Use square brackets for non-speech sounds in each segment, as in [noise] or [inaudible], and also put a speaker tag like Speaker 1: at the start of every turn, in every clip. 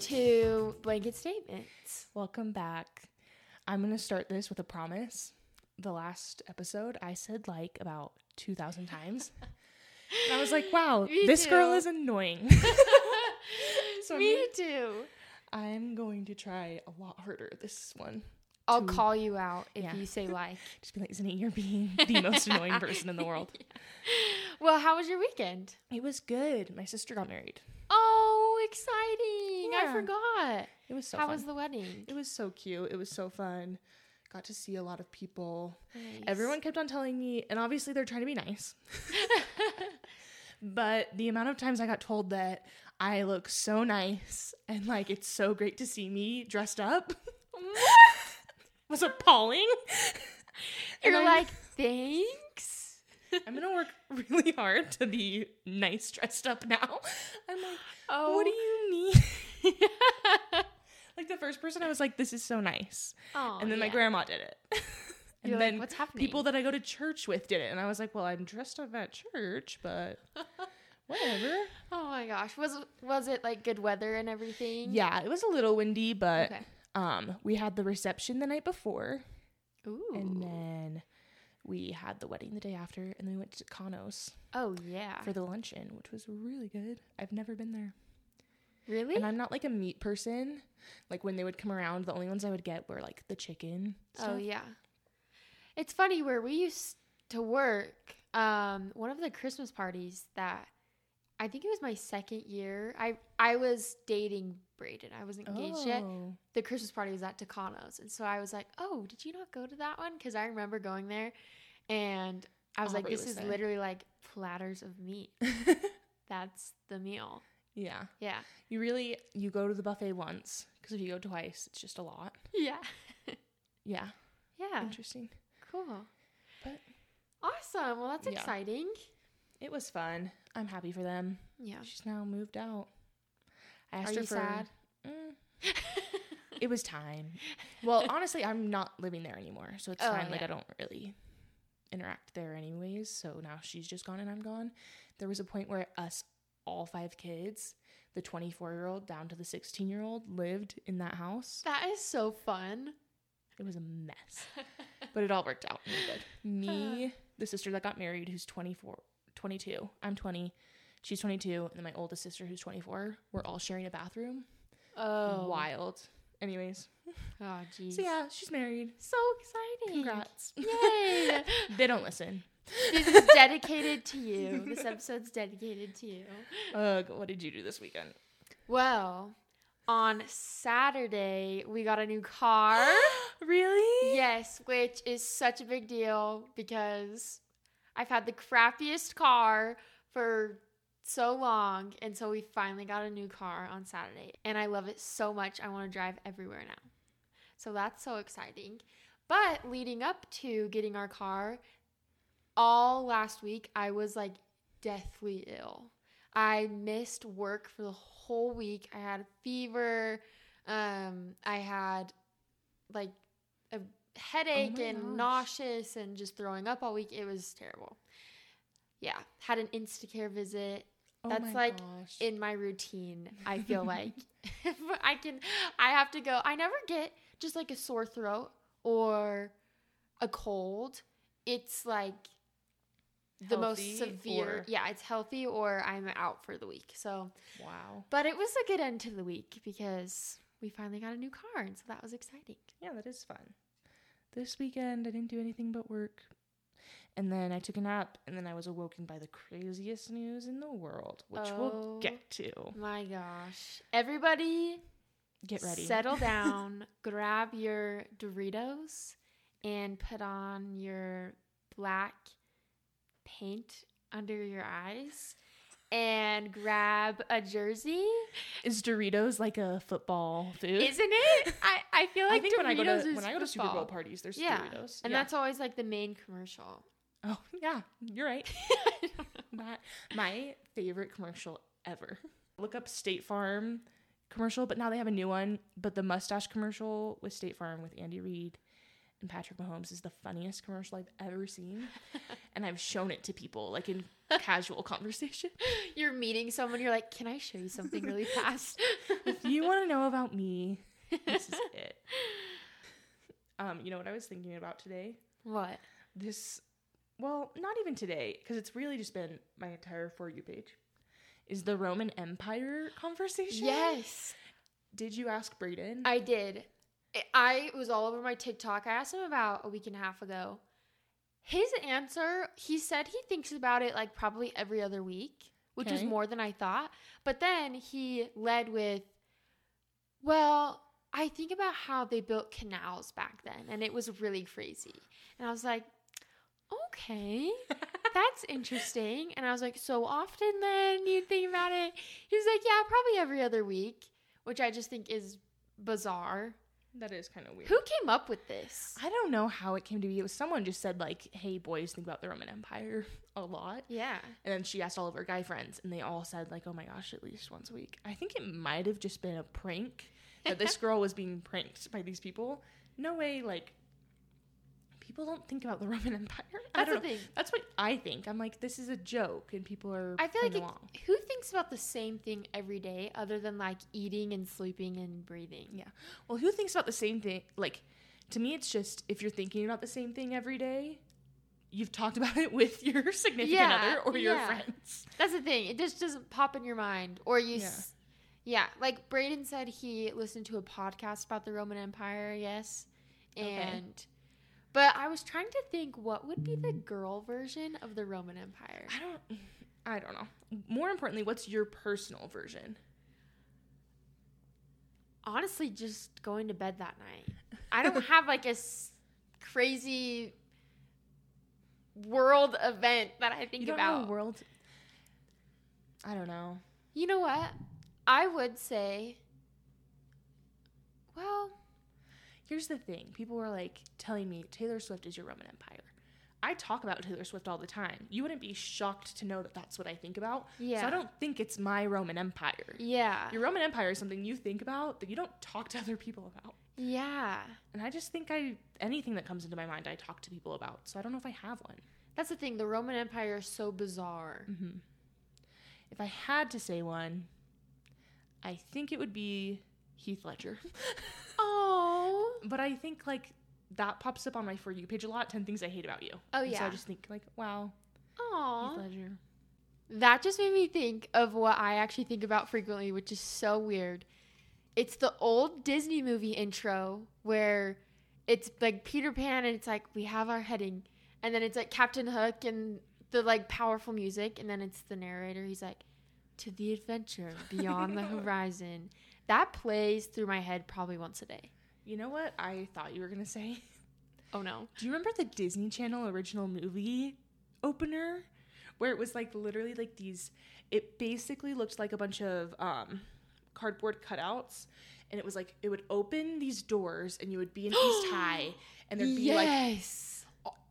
Speaker 1: to blanket [laughs] statements.
Speaker 2: Welcome back. I'm going to start this with a promise. The last episode, I said like about 2,000 times. and I
Speaker 1: [laughs]
Speaker 2: was like, wow,
Speaker 1: Me
Speaker 2: this girl
Speaker 1: too.
Speaker 2: is annoying. [laughs] so
Speaker 1: Me
Speaker 2: I'm,
Speaker 1: too.
Speaker 2: I'm going to try a lot harder this one.
Speaker 1: I'll
Speaker 2: to-
Speaker 1: call you out if
Speaker 2: Yeah.
Speaker 1: you [laughs] say like.
Speaker 2: Just be like, Zinni, you're being the most annoying person in
Speaker 1: [laughs]
Speaker 2: the world.
Speaker 1: Well, how was your weekend?
Speaker 2: It was good. My sister got married.
Speaker 1: Oh, exciting! I
Speaker 2: Yeah.
Speaker 1: forgot.
Speaker 2: It was so
Speaker 1: how
Speaker 2: fun.
Speaker 1: was the wedding?
Speaker 2: it was so cute. It was so fun. Got to see a lot of people.
Speaker 1: Nice. [laughs]
Speaker 2: Everyone kept on telling me, and obviously they're trying to be nice. but the amount of times I got told that I look so nice and like it's so great to see me dressed up [laughs]
Speaker 1: [laughs]
Speaker 2: was appalling. And
Speaker 1: You're
Speaker 2: I'm-
Speaker 1: like, thanks.
Speaker 2: [laughs] I'm gonna work really hard to be nice dressed up now. I'm like,
Speaker 1: Oh,
Speaker 2: what do you mean? [laughs]
Speaker 1: [laughs]
Speaker 2: like the first person, I was like, this is so nice.
Speaker 1: Oh,
Speaker 2: and then my
Speaker 1: yeah.
Speaker 2: grandma did it. [laughs] and
Speaker 1: You're like,
Speaker 2: then
Speaker 1: "What's happening?"
Speaker 2: people that I go to church with did it. And I was like, well, I'm dressed up at church,
Speaker 1: [laughs]
Speaker 2: but whatever.
Speaker 1: Oh my gosh, was was it like good weather and everything?
Speaker 2: Yeah, it was a little windy, but
Speaker 1: Okay.
Speaker 2: um, we had the reception the night before,
Speaker 1: Ooh.
Speaker 2: and then we had the wedding the day after, and then we went to Kano's
Speaker 1: oh yeah.
Speaker 2: for the luncheon, which was really good. I've never been there,
Speaker 1: really?
Speaker 2: and I'm not like a meat person. Like when they would come around, the only ones I would get were like the chicken.
Speaker 1: Oh
Speaker 2: stuff.
Speaker 1: yeah. It's funny where we used to work. Um, one of the Christmas parties that I think it was my second year. I I was dating Braden. I wasn't engaged yet.
Speaker 2: Oh.
Speaker 1: The Christmas party was at Takano's, and so I was like, "Oh, did you not go to that one?" Because I remember going there, and I was like,
Speaker 2: Aubrey
Speaker 1: "This
Speaker 2: Oh, was
Speaker 1: is
Speaker 2: there.
Speaker 1: literally like platters of meat. That's the meal."
Speaker 2: [laughs] yeah. [laughs]
Speaker 1: Yeah.
Speaker 2: You really you go to the buffet once because if you go twice, it's just a lot.
Speaker 1: Yeah.
Speaker 2: Yeah,
Speaker 1: Yeah.
Speaker 2: interesting.
Speaker 1: Cool.
Speaker 2: But-
Speaker 1: awesome. Well, that's
Speaker 2: Yeah.
Speaker 1: exciting.
Speaker 2: It was fun. I'm happy for them.
Speaker 1: Yeah.
Speaker 2: She's now moved out. I asked
Speaker 1: Are
Speaker 2: her
Speaker 1: you
Speaker 2: for.
Speaker 1: sad?
Speaker 2: Mm,
Speaker 1: [laughs]
Speaker 2: it was time. Well, [laughs] honestly, I'm not living there anymore, so it's
Speaker 1: Oh,
Speaker 2: fine. Like
Speaker 1: yeah.
Speaker 2: I don't really interact there anyways. So now she's just gone and I'm gone. There was a point where us all five kids, the 24 year old down to the 16 year old, lived in that house.
Speaker 1: That is so fun.
Speaker 2: It was a mess. but it all worked out and
Speaker 1: [sighs]
Speaker 2: we're good. Me, the sister that got married, who's 24, 22, I'm 20, she's 22, and then my oldest sister, who's 24, we're all sharing a bathroom.
Speaker 1: Oh,
Speaker 2: Wild. Anyways,
Speaker 1: Oh, jeez.
Speaker 2: so yeah, she's married.
Speaker 1: So exciting.
Speaker 2: Congrats.
Speaker 1: [laughs] Yay.
Speaker 2: [laughs] they don't listen.
Speaker 1: this is dedicated to you. This episode's dedicated to you.
Speaker 2: Ugh, what did you do this weekend?
Speaker 1: Well, on Saturday, we got a new car.
Speaker 2: [gasps] really?
Speaker 1: yes, which is such a big deal because I've had the crappiest car for so long. And so we finally got a new car on Saturday. And I love it so much. I want to drive everywhere now. So that's so exciting. But leading up to getting our car, all last week, I was like deathly ill. I missed work for the whole week. I had a fever. Um, I had like a headache
Speaker 2: my
Speaker 1: and
Speaker 2: gosh.
Speaker 1: nauseous and just throwing up all week. It was terrible. Yeah, had an Instacare visit
Speaker 2: Oh
Speaker 1: That's
Speaker 2: my
Speaker 1: like
Speaker 2: gosh.
Speaker 1: in my routine. I
Speaker 2: [laughs]
Speaker 1: feel like [laughs] I can I have to go. I never get just like a sore throat or a cold. It's like the most
Speaker 2: Healthy
Speaker 1: severe.
Speaker 2: or-
Speaker 1: Yeah, it's healthy or I'm out for the week. So,
Speaker 2: Wow.
Speaker 1: but it was a good end to the week because we finally got a new car and so that was exciting.
Speaker 2: Yeah, that is fun. This weekend, I didn't do anything but work. And then I took a nap, and then I was awoken by the craziest news in the world, which
Speaker 1: Oh.
Speaker 2: we'll get to.
Speaker 1: My gosh. Everybody
Speaker 2: Get ready. [laughs]
Speaker 1: Settle down, grab your Doritos, and put on your black paint under your eyes, and grab a jersey.
Speaker 2: Is Doritos like a football food?
Speaker 1: Isn't it? I, I feel
Speaker 2: I
Speaker 1: like
Speaker 2: think
Speaker 1: Doritos
Speaker 2: when I go to
Speaker 1: is
Speaker 2: when I go to Super Bowl
Speaker 1: football.
Speaker 2: parties, there's
Speaker 1: Yeah,
Speaker 2: Doritos,
Speaker 1: and
Speaker 2: Yeah.
Speaker 1: that's always like the main commercial.
Speaker 2: oh [laughs] yeah, you're right. my, my favorite commercial ever. Look up State Farm commercial, but now they have a new one. But the mustache commercial with State Farm with Andy Reid and Patrick Mahomes is the funniest commercial I've ever seen. and I've shown it to people, like in casual conversation.
Speaker 1: [laughs] You're meeting someone, you're like, Can I show you something really fast?
Speaker 2: If you want to know about me, this is it. Um, you know what I was thinking about today?
Speaker 1: [laughs] what?
Speaker 2: This, well, not even today, because it's really just been my entire For You page, is the Roman Empire conversation.
Speaker 1: Yes.
Speaker 2: Did you ask Brayden?
Speaker 1: I did. I I was all over my TikTok. I asked him about a week and a half ago. His answer, he said he thinks about it like probably every other week, which was
Speaker 2: Okay.
Speaker 1: more than I thought. But then he led with, well, I think about how they built canals back then, and it was really crazy. And I was like, okay, that's interesting. And I was like, so often then you think about it? He was like, yeah, probably every other week, which I just think is bizarre.
Speaker 2: [laughs] that is kind of weird.
Speaker 1: Who came up with this?
Speaker 2: I don't know how it came to be. It was someone just said like, "Hey boys, think about the Roman Empire [laughs] a lot,"
Speaker 1: Yeah.
Speaker 2: and then she asked all of her guy friends, and they all said like, "Oh my gosh, at least once a week." I think it might have just been a prank
Speaker 1: [laughs]
Speaker 2: that this girl was being pranked by these people. No way, like people don't think about the Roman [laughs] Empire. I
Speaker 1: That's
Speaker 2: don't
Speaker 1: the
Speaker 2: know.
Speaker 1: thing.
Speaker 2: That's what I think. I'm like, this is a joke, and people are.
Speaker 1: I feel like
Speaker 2: playing
Speaker 1: it,
Speaker 2: along.
Speaker 1: who thinks about the same thing every day other than like eating and sleeping and breathing?
Speaker 2: Yeah. Well, who thinks about the same thing? Like, to me, it's just if you're thinking about the same thing every day, you've talked [laughs] about it with your significant
Speaker 1: Yeah,
Speaker 2: other or your
Speaker 1: yeah.
Speaker 2: friends.
Speaker 1: That's the thing. It just doesn't pop in your mind or you
Speaker 2: Yeah.
Speaker 1: yeah. yeah, like Braden said he listened to a podcast about the Roman Empire, yes.
Speaker 2: Okay.
Speaker 1: And but I was trying to think what would be the girl version of the Roman Empire.
Speaker 2: I don't. I don't know. More importantly, what's your personal version?
Speaker 1: honestly just going to bed that night. I
Speaker 2: [laughs]
Speaker 1: don't have like a s- crazy world event that I think
Speaker 2: you don't
Speaker 1: about.
Speaker 2: know world. I don't know.
Speaker 1: you know what? I would say, well,
Speaker 2: Here's the thing: people were like telling me Taylor Swift is your Roman Empire. I talk about Taylor Swift all the time. You wouldn't be shocked to know that that's what I think about.
Speaker 1: yeah,
Speaker 2: So I don't think it's my Roman Empire.
Speaker 1: yeah,
Speaker 2: Your Roman Empire is something you think about that you don't talk to other people about.
Speaker 1: yeah.
Speaker 2: And I just think I anything that comes into my mind, I talk to people about. So I don't know if I have one.
Speaker 1: That's the thing. The Roman Empire is so bizarre.
Speaker 2: Mm-hmm. If I had to say one, I think it would be Heath Ledger. [laughs]
Speaker 1: [laughs] Oh,
Speaker 2: but I think like that pops up on my for you page a lot. Ten things I hate about you.
Speaker 1: oh
Speaker 2: And So I
Speaker 1: yeah.
Speaker 2: just think like, wow, Heath
Speaker 1: Oh,
Speaker 2: Ledger.
Speaker 1: that just made me think of what I actually think about frequently, which is so weird. It's the old Disney movie intro where it's like Peter Pan and it's like we have our heading and then it's like Captain Hook and the like powerful music and then it's the narrator he's like to the adventure beyond [laughs] the horizon. That plays through my head probably once a day.
Speaker 2: You know what I thought you were gonna say?
Speaker 1: Oh no.
Speaker 2: Do you remember the Disney Channel original movie opener where it was like literally like these it basically looked like a bunch of um cardboard cutouts and it was like it would open these doors and you would be in East
Speaker 1: [gasps]
Speaker 2: High and there'd be like
Speaker 1: yes.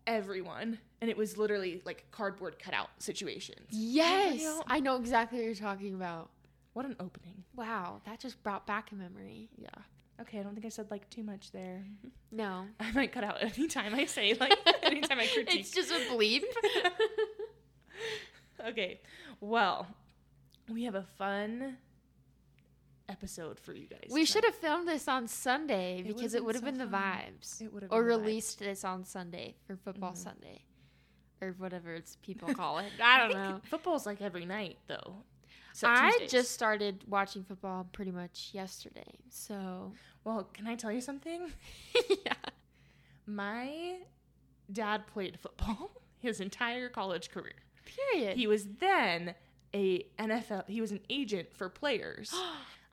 Speaker 2: everyone and it was literally like cardboard cutout situations.
Speaker 1: yes.
Speaker 2: Gabrielle.
Speaker 1: I know exactly what you're talking about.
Speaker 2: What an opening.
Speaker 1: Wow, that just brought back a memory.
Speaker 2: Yeah. Okay, I don't think I said like too much there. [laughs]
Speaker 1: No.
Speaker 2: I might cut out anytime I say like anytime I
Speaker 1: [laughs]
Speaker 2: critique.
Speaker 1: It's just a
Speaker 2: [laughs]
Speaker 1: bleep. [laughs]
Speaker 2: okay. Well, we have a fun episode for you guys.
Speaker 1: we
Speaker 2: tonight.
Speaker 1: should have filmed this on Sunday
Speaker 2: It would've
Speaker 1: because it
Speaker 2: been
Speaker 1: would have
Speaker 2: so
Speaker 1: been, the
Speaker 2: fun.
Speaker 1: vibes. Mm-hmm.
Speaker 2: It would have
Speaker 1: Or
Speaker 2: been the vibe.
Speaker 1: released this on Sunday for football
Speaker 2: Mhm.
Speaker 1: Sunday. Or whatever it's [laughs] people call it. I don't
Speaker 2: think
Speaker 1: know.
Speaker 2: Football's like every night though. except
Speaker 1: I
Speaker 2: Tuesdays.
Speaker 1: just started watching football pretty much yesterday.
Speaker 2: [laughs]
Speaker 1: So
Speaker 2: well, can I tell you something?
Speaker 1: yeah.
Speaker 2: My dad played football [laughs] his entire college career.
Speaker 1: Period. [gasps]
Speaker 2: He was then a NFL. He was an agent for players.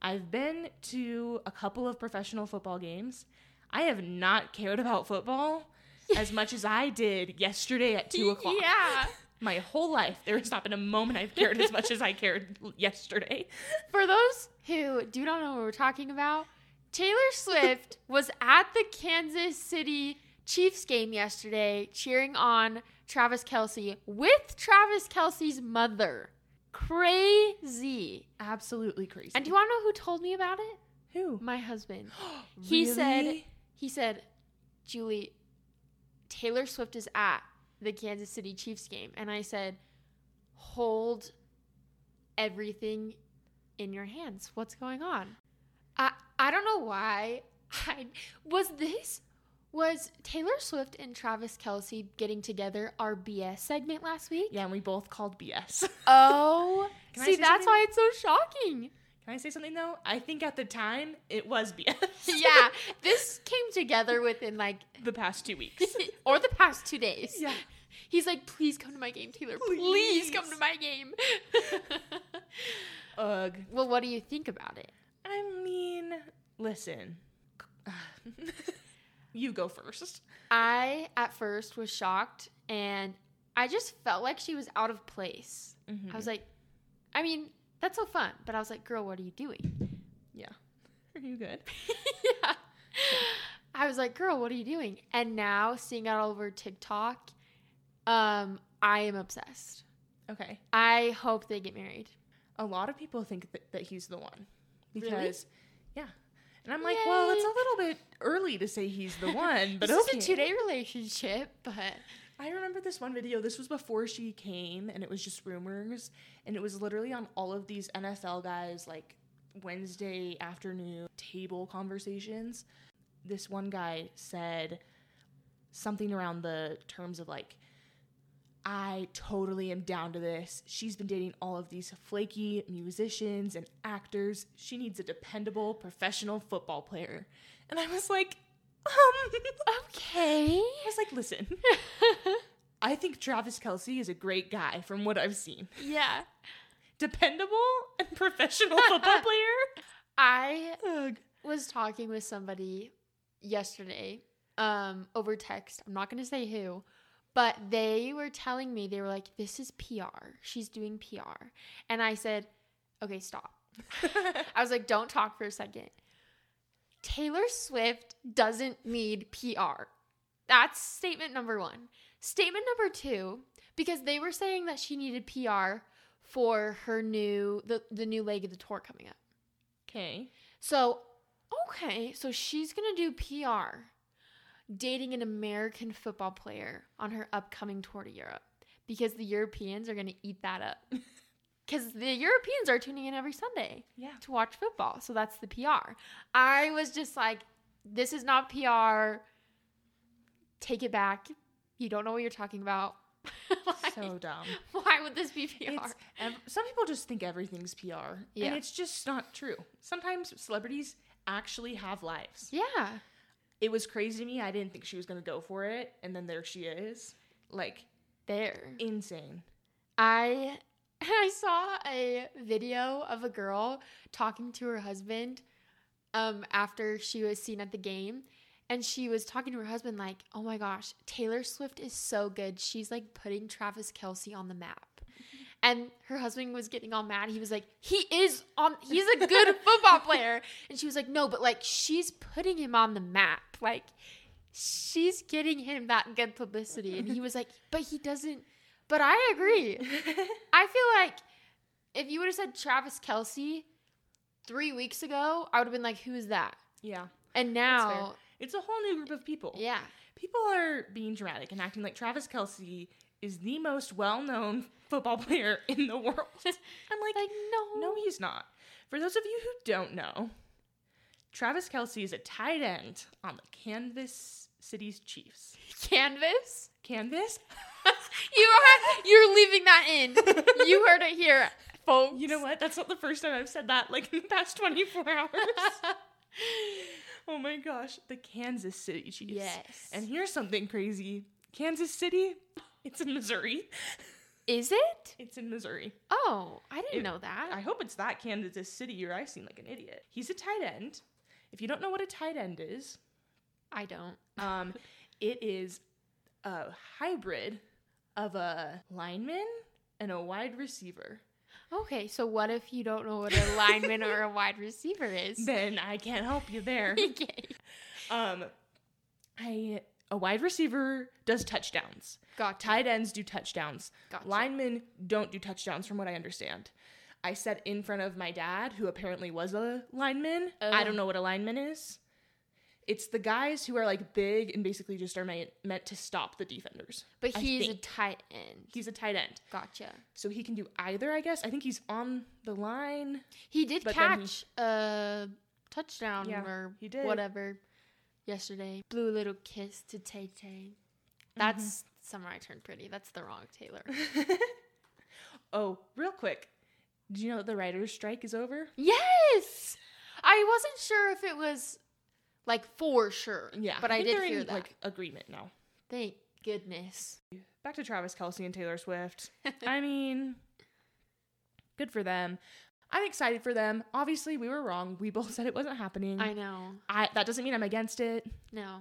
Speaker 2: I've been to a couple of professional football games. I have not cared about football as much as I did yesterday at two o'clock.
Speaker 1: [laughs] Yeah.
Speaker 2: [laughs] My whole life, there has not been a moment I've cared as much as I cared l- yesterday.
Speaker 1: For those who do not know what we're talking about, Taylor Swift was at the Kansas City Chiefs game yesterday cheering on Travis Kelsey with Travis Kelsey's mother. Crazy.
Speaker 2: Absolutely crazy.
Speaker 1: And do you want to know who told me about it?
Speaker 2: [gasps] who?
Speaker 1: My husband. He said,
Speaker 2: Really?
Speaker 1: he said, Julie, Taylor Swift is at the Kansas City Chiefs game. And I said, hold everything in your hands. What's going on? I I don't know why. [laughs] I was this was Taylor Swift and Travis Kelsey getting together our BS segment last week.
Speaker 2: Yeah, and we both called BS.
Speaker 1: Oh,
Speaker 2: Can I
Speaker 1: see
Speaker 2: say
Speaker 1: that's
Speaker 2: something?
Speaker 1: why it's so shocking.
Speaker 2: [laughs]
Speaker 1: [laughs]
Speaker 2: Can I say something though? I think at the time it
Speaker 1: [laughs]
Speaker 2: was BS.
Speaker 1: yeah, this came together within like
Speaker 2: the past
Speaker 1: [laughs]
Speaker 2: two weeks.
Speaker 1: or the past two days.
Speaker 2: yeah.
Speaker 1: He's like, please come to my game, Taylor. Please, come to
Speaker 2: Please."
Speaker 1: my game. [laughs]
Speaker 2: Ugh.
Speaker 1: well, what do you think about it?
Speaker 2: I mean, listen. [sighs] you go first.
Speaker 1: I at first was shocked and I just felt like she was out of place. I was like, I mean, that's so fun, but I was like, girl, what are you doing?
Speaker 2: yeah. Are you good?
Speaker 1: [laughs] yeah. I was like, girl, what are you doing? And now seeing it all over TikTok, um, I am obsessed.
Speaker 2: Okay.
Speaker 1: I hope they get married.
Speaker 2: A lot of people think that, that he's the one
Speaker 1: Really?
Speaker 2: because, yeah. And I'm like, well, it's a
Speaker 1: Yay.
Speaker 2: little bit early to say he's
Speaker 1: [laughs]
Speaker 2: the one, but
Speaker 1: this
Speaker 2: okay.
Speaker 1: is a two day relationship,
Speaker 2: [laughs]
Speaker 1: but [laughs]
Speaker 2: I remember this one video. This was before she came, and it was just rumors. And it was literally on all of these NFL guys, like Wednesday afternoon table conversations. This one guy said something around the terms of like, I totally am down to this. She's been dating all of these flaky musicians and actors. She needs a dependable professional football player. And I was like, um, [laughs]
Speaker 1: okay.
Speaker 2: I was like, listen. I think Travis Kelsey is a great guy from what I've seen.
Speaker 1: yeah.
Speaker 2: Dependable and [laughs] professional football player.
Speaker 1: I
Speaker 2: Ugh.
Speaker 1: was talking with somebody yesterday um over text i'm not going to say who but they were telling me they were like this is pr she's doing pr and i said okay stop i was like don't talk for a second taylor swift doesn't need pr that's statement number one statement number two because they were saying that she needed pr for her new the, the new leg of the tour coming up
Speaker 2: Okay.
Speaker 1: so, okay, so she's gonna do PR, dating an American football player on her upcoming tour to Europe because the Europeans are gonna eat that up. [laughs] Because the Europeans are tuning in every Sunday
Speaker 2: Yeah.
Speaker 1: to watch football, so that's the PR. I was just like, this is not PR. Take it back. You don't know what you're talking about. [laughs] Like,
Speaker 2: So dumb. [laughs]
Speaker 1: why would this be PR?
Speaker 2: It's, ev- some people just think everything's PR.
Speaker 1: Yeah.
Speaker 2: And it's just not true. Sometimes celebrities actually have lives.
Speaker 1: yeah.
Speaker 2: It was crazy to me. I didn't think she was going to go for it. And then there she is. Like,
Speaker 1: There.
Speaker 2: insane.
Speaker 1: I [laughs] I saw a video of a girl talking to her husband um after she was seen at the game and she was talking to her husband like, "Oh my gosh, Taylor Swift is so good. She's like putting Travis Kelsey on the map." And her husband was getting all mad. He was like, "He is on he's a good football player." And she was like, "No, but like she's putting him on the map. Like she's getting him that good publicity." And he was like, "But he doesn't but I agree. I feel like if you would have said Travis Kelsey three weeks ago, I would have been like, who is that?
Speaker 2: [laughs] yeah.
Speaker 1: And
Speaker 2: That's
Speaker 1: now,
Speaker 2: fair. It's a whole new group of people.
Speaker 1: yeah.
Speaker 2: People are being dramatic and acting like Travis Kelsey is the most well known football player in the world. I'm [laughs] like,
Speaker 1: Like, no.
Speaker 2: no, he's not. For those of you who don't know, Travis Kelsey is a tight end on the Kansas City's Chiefs.
Speaker 1: Canvas? [laughs]
Speaker 2: Canvas?
Speaker 1: You have, you're leaving that
Speaker 2: [laughs]
Speaker 1: in. you heard it here, folks. [laughs]
Speaker 2: You know what? That's not the first time I've said that like in the past 24 [laughs] hours.
Speaker 1: [laughs]
Speaker 2: oh my gosh, the Kansas City Chiefs.
Speaker 1: Yes.
Speaker 2: And here's something crazy. Kansas City, it's in Missouri.
Speaker 1: Is it?
Speaker 2: It's in Missouri.
Speaker 1: Oh, I didn't
Speaker 2: It-
Speaker 1: know that.
Speaker 2: I hope it's that Kansas City or I seem like an idiot. He's a tight end. If you don't know what a tight end is,
Speaker 1: I don't.
Speaker 2: um, it is a hybrid of a lineman and a wide receiver.
Speaker 1: Okay, so what if you don't know what
Speaker 2: [laughs]
Speaker 1: a lineman or a wide receiver is?
Speaker 2: Then I can't help you there.
Speaker 1: [laughs] okay.
Speaker 2: um, I a wide receiver does touchdowns.
Speaker 1: Got
Speaker 2: Tight ends do touchdowns.
Speaker 1: Gotcha.
Speaker 2: Linemen don't do touchdowns, from what I understand. I sat in front of my dad, who apparently was a lineman. I
Speaker 1: Oh.
Speaker 2: don't know what a lineman is. It's the guys who are like big and basically just are meant, meant to stop the defenders.
Speaker 1: But
Speaker 2: I
Speaker 1: he's a
Speaker 2: think.
Speaker 1: tight end.
Speaker 2: He's a tight end,
Speaker 1: Gotcha.
Speaker 2: so he can do either. I guess I think he's on the line.
Speaker 1: He did
Speaker 2: But then he-
Speaker 1: catch a touchdown
Speaker 2: Yeah,
Speaker 1: or
Speaker 2: he did.
Speaker 1: whatever yesterday. Blew a little kiss to Tay Tay. That's
Speaker 2: Mm-hmm.
Speaker 1: summer I turned pretty. That's the wrong
Speaker 2: [laughs]
Speaker 1: Taylor.
Speaker 2: oh, real quick, did you know that the writers' strike is over?
Speaker 1: yes, I wasn't sure if it was like for sure. but I,
Speaker 2: think
Speaker 1: did
Speaker 2: they're
Speaker 1: hear
Speaker 2: in,
Speaker 1: that.
Speaker 2: like agreement now.
Speaker 1: Thank goodness.
Speaker 2: Back to Travis Kelsey and Taylor Swift. I mean, good for them. I'm excited for them. Obviously, we were wrong. We both said it wasn't
Speaker 1: [laughs]
Speaker 2: happening.
Speaker 1: I know.
Speaker 2: I- that doesn't mean I'm against it.
Speaker 1: No,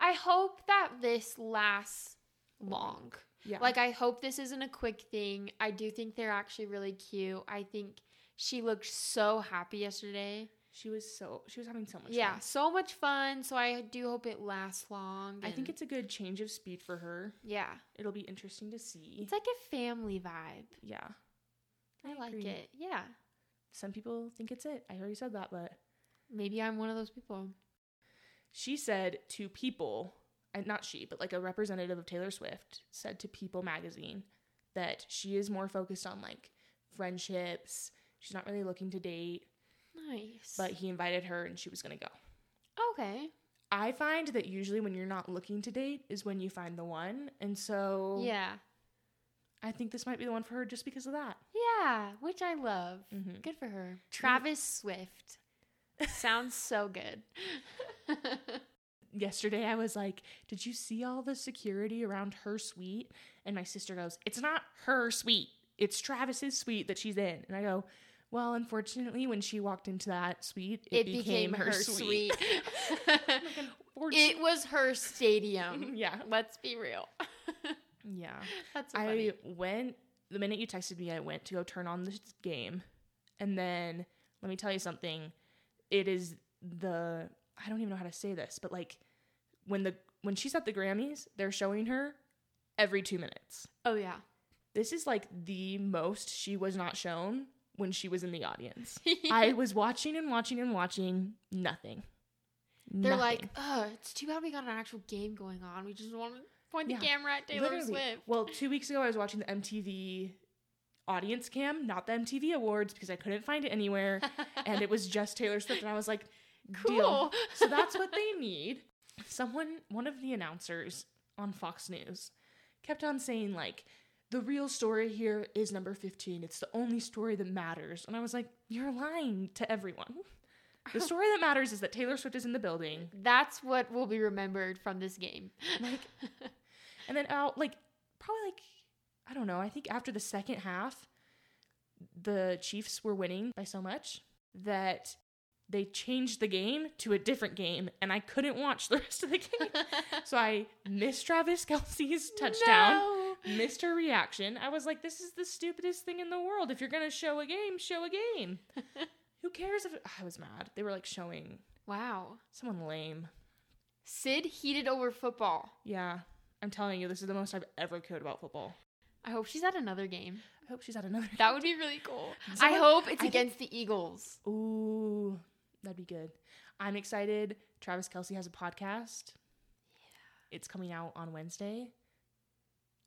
Speaker 1: I hope that this lasts long.
Speaker 2: Yeah.
Speaker 1: Like, I hope this isn't a quick thing. I do think they're actually really cute. I think she looked so happy yesterday.
Speaker 2: she was so she was having so much
Speaker 1: yeah,
Speaker 2: fun.
Speaker 1: so much fun. So I do hope it lasts long.
Speaker 2: I think
Speaker 1: and-
Speaker 2: it's a good change of speed for her.
Speaker 1: yeah,
Speaker 2: It'll be interesting to see.
Speaker 1: it's like a family vibe.
Speaker 2: Yeah.
Speaker 1: I, like
Speaker 2: agree.
Speaker 1: it. Yeah,
Speaker 2: Some people think it's it. I already said that, but
Speaker 1: maybe I'm one of those people.
Speaker 2: she said to people and not she but like a representative of taylor swift said to people magazine that she is more focused on like friendships she's not really looking to date
Speaker 1: Nice.
Speaker 2: but he invited her and she was going to go
Speaker 1: okay.
Speaker 2: i find that usually when you're not looking to date is when you find the one and so
Speaker 1: Yeah.
Speaker 2: i think this might be the one for her just because of that
Speaker 1: Yeah, which I love.
Speaker 2: Mhm.
Speaker 1: Good for her. Travis Swift. Sounds so good. [laughs]
Speaker 2: yesterday i was like did you see all the security around her suite and my sister goes it's not her suite it's travis's suite that she's in and i go well unfortunately when she walked into that suite it, became, her, [laughs] suite, [laughs]
Speaker 1: it was her stadium.
Speaker 2: yeah
Speaker 1: [laughs] Let's be real. [laughs]
Speaker 2: yeah
Speaker 1: That's so funny.
Speaker 2: i went the minute you texted me i went to go turn on the game and then let me tell you something it is the i don't even know how to say this but like when the when she's at the grammys they're showing her every two minutes
Speaker 1: oh [laughs] yeah.
Speaker 2: this is like the most she was not shown when she was in the
Speaker 1: [laughs]
Speaker 2: audience. I was watching and watching and watching nothing.
Speaker 1: They're
Speaker 2: Nothing.
Speaker 1: like, oh, it's too bad we got an actual game going on. We just want to point the
Speaker 2: Yeah,
Speaker 1: camera at Taylor
Speaker 2: Literally.
Speaker 1: Swift. [laughs]
Speaker 2: Well, two weeks ago I was watching the MTV audience cam, not the MTV awards because I couldn't find
Speaker 1: [laughs]
Speaker 2: it anywhere, and it was just Taylor Swift, and I was like,
Speaker 1: cool.
Speaker 2: deal. So that's what they need. Someone, one of the announcers on Fox News, kept on saying like. The real story here is number 15. It's the only story that matters. And I was like, you're lying to everyone.
Speaker 1: [laughs]
Speaker 2: The story that matters is that Taylor Swift is in the building.
Speaker 1: That's what will be remembered from this game. [laughs]
Speaker 2: Like, and then out, like, probably like, I don't know, I think after the second half, the Chiefs were winning by so much that they changed the game to a different game, and I couldn't watch the rest of
Speaker 1: [laughs]
Speaker 2: the game. so I missed Travis Kelsey's touchdown,
Speaker 1: No.
Speaker 2: missed her reaction. I was like, this is the stupidest thing in the world. If you're going to show a game, show a game. Who cares if I was mad? They were like showing
Speaker 1: Wow.
Speaker 2: someone lame.
Speaker 1: Sid heated over football.
Speaker 2: Yeah, I'm telling you, this is the most I've ever cared about football.
Speaker 1: I hope she's at another game.
Speaker 2: I hope she's at another.
Speaker 1: That would be really [laughs] cool. I
Speaker 2: Someone-
Speaker 1: hope it's
Speaker 2: I think-
Speaker 1: against the Eagles.
Speaker 2: Ooh, that'd be good. I'm excited. Travis Kelsey has a podcast. Yeah, it's coming out on Wednesday.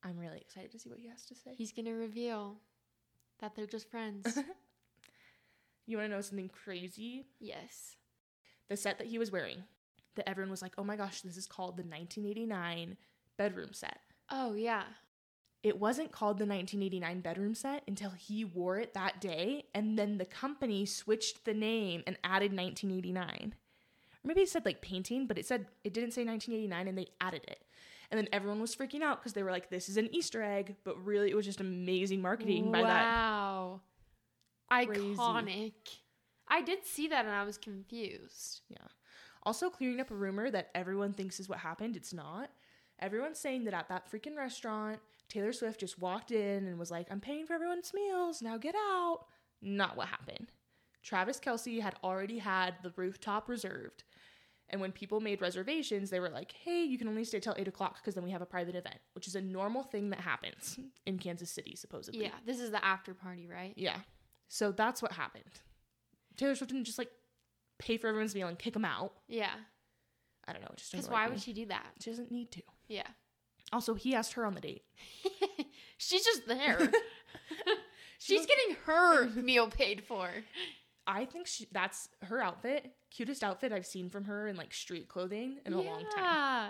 Speaker 2: I'm really excited to see what he has to say.
Speaker 1: He's going to reveal that they're just [laughs] friends.
Speaker 2: you want to know something crazy?
Speaker 1: yes.
Speaker 2: The set that he was wearing, that everyone was like, "Oh my gosh, this is called the 1989 bedroom set."
Speaker 1: Oh, yeah.
Speaker 2: it wasn't called the 1989 bedroom set until he wore it that day and then the company switched the name and added 1989 or maybe it said like painting but it said it didn't say 1989 and they added it and then everyone was freaking out because they were like this is an easter egg but really it was just amazing marketing by that
Speaker 1: Wow.
Speaker 2: Crazy.
Speaker 1: Iconic. I did see that and I was confused.
Speaker 2: yeah also clearing up a rumor that everyone thinks is what happened it's not everyone's saying that at that freaking restaurant taylor swift just walked in and was like i'm paying for everyone's meals now get out not what happened. Travis Kelsey had already had the rooftop reserved. And when people made reservations, they were like, hey, you can only stay till eight o'clock because then we have a private event, which is a normal thing that happens in Kansas City, supposedly.
Speaker 1: Yeah, this is the after party, right?
Speaker 2: Yeah. So that's what happened. Taylor Swift didn't just like pay for everyone's meal and kick them out.
Speaker 1: Yeah.
Speaker 2: I don't know. It just
Speaker 1: Because
Speaker 2: doesn't
Speaker 1: why
Speaker 2: like
Speaker 1: would
Speaker 2: me.
Speaker 1: she do that?
Speaker 2: She doesn't need to.
Speaker 1: Yeah. [laughs]
Speaker 2: Also, he asked her on the date.
Speaker 1: She's just
Speaker 2: [laughs]
Speaker 1: there. She's
Speaker 2: was-
Speaker 1: getting
Speaker 2: [laughs]
Speaker 1: her meal paid for.
Speaker 2: I think she, that's her outfit, cutest outfit I've seen from her in like street clothing in a long time.
Speaker 1: Yeah.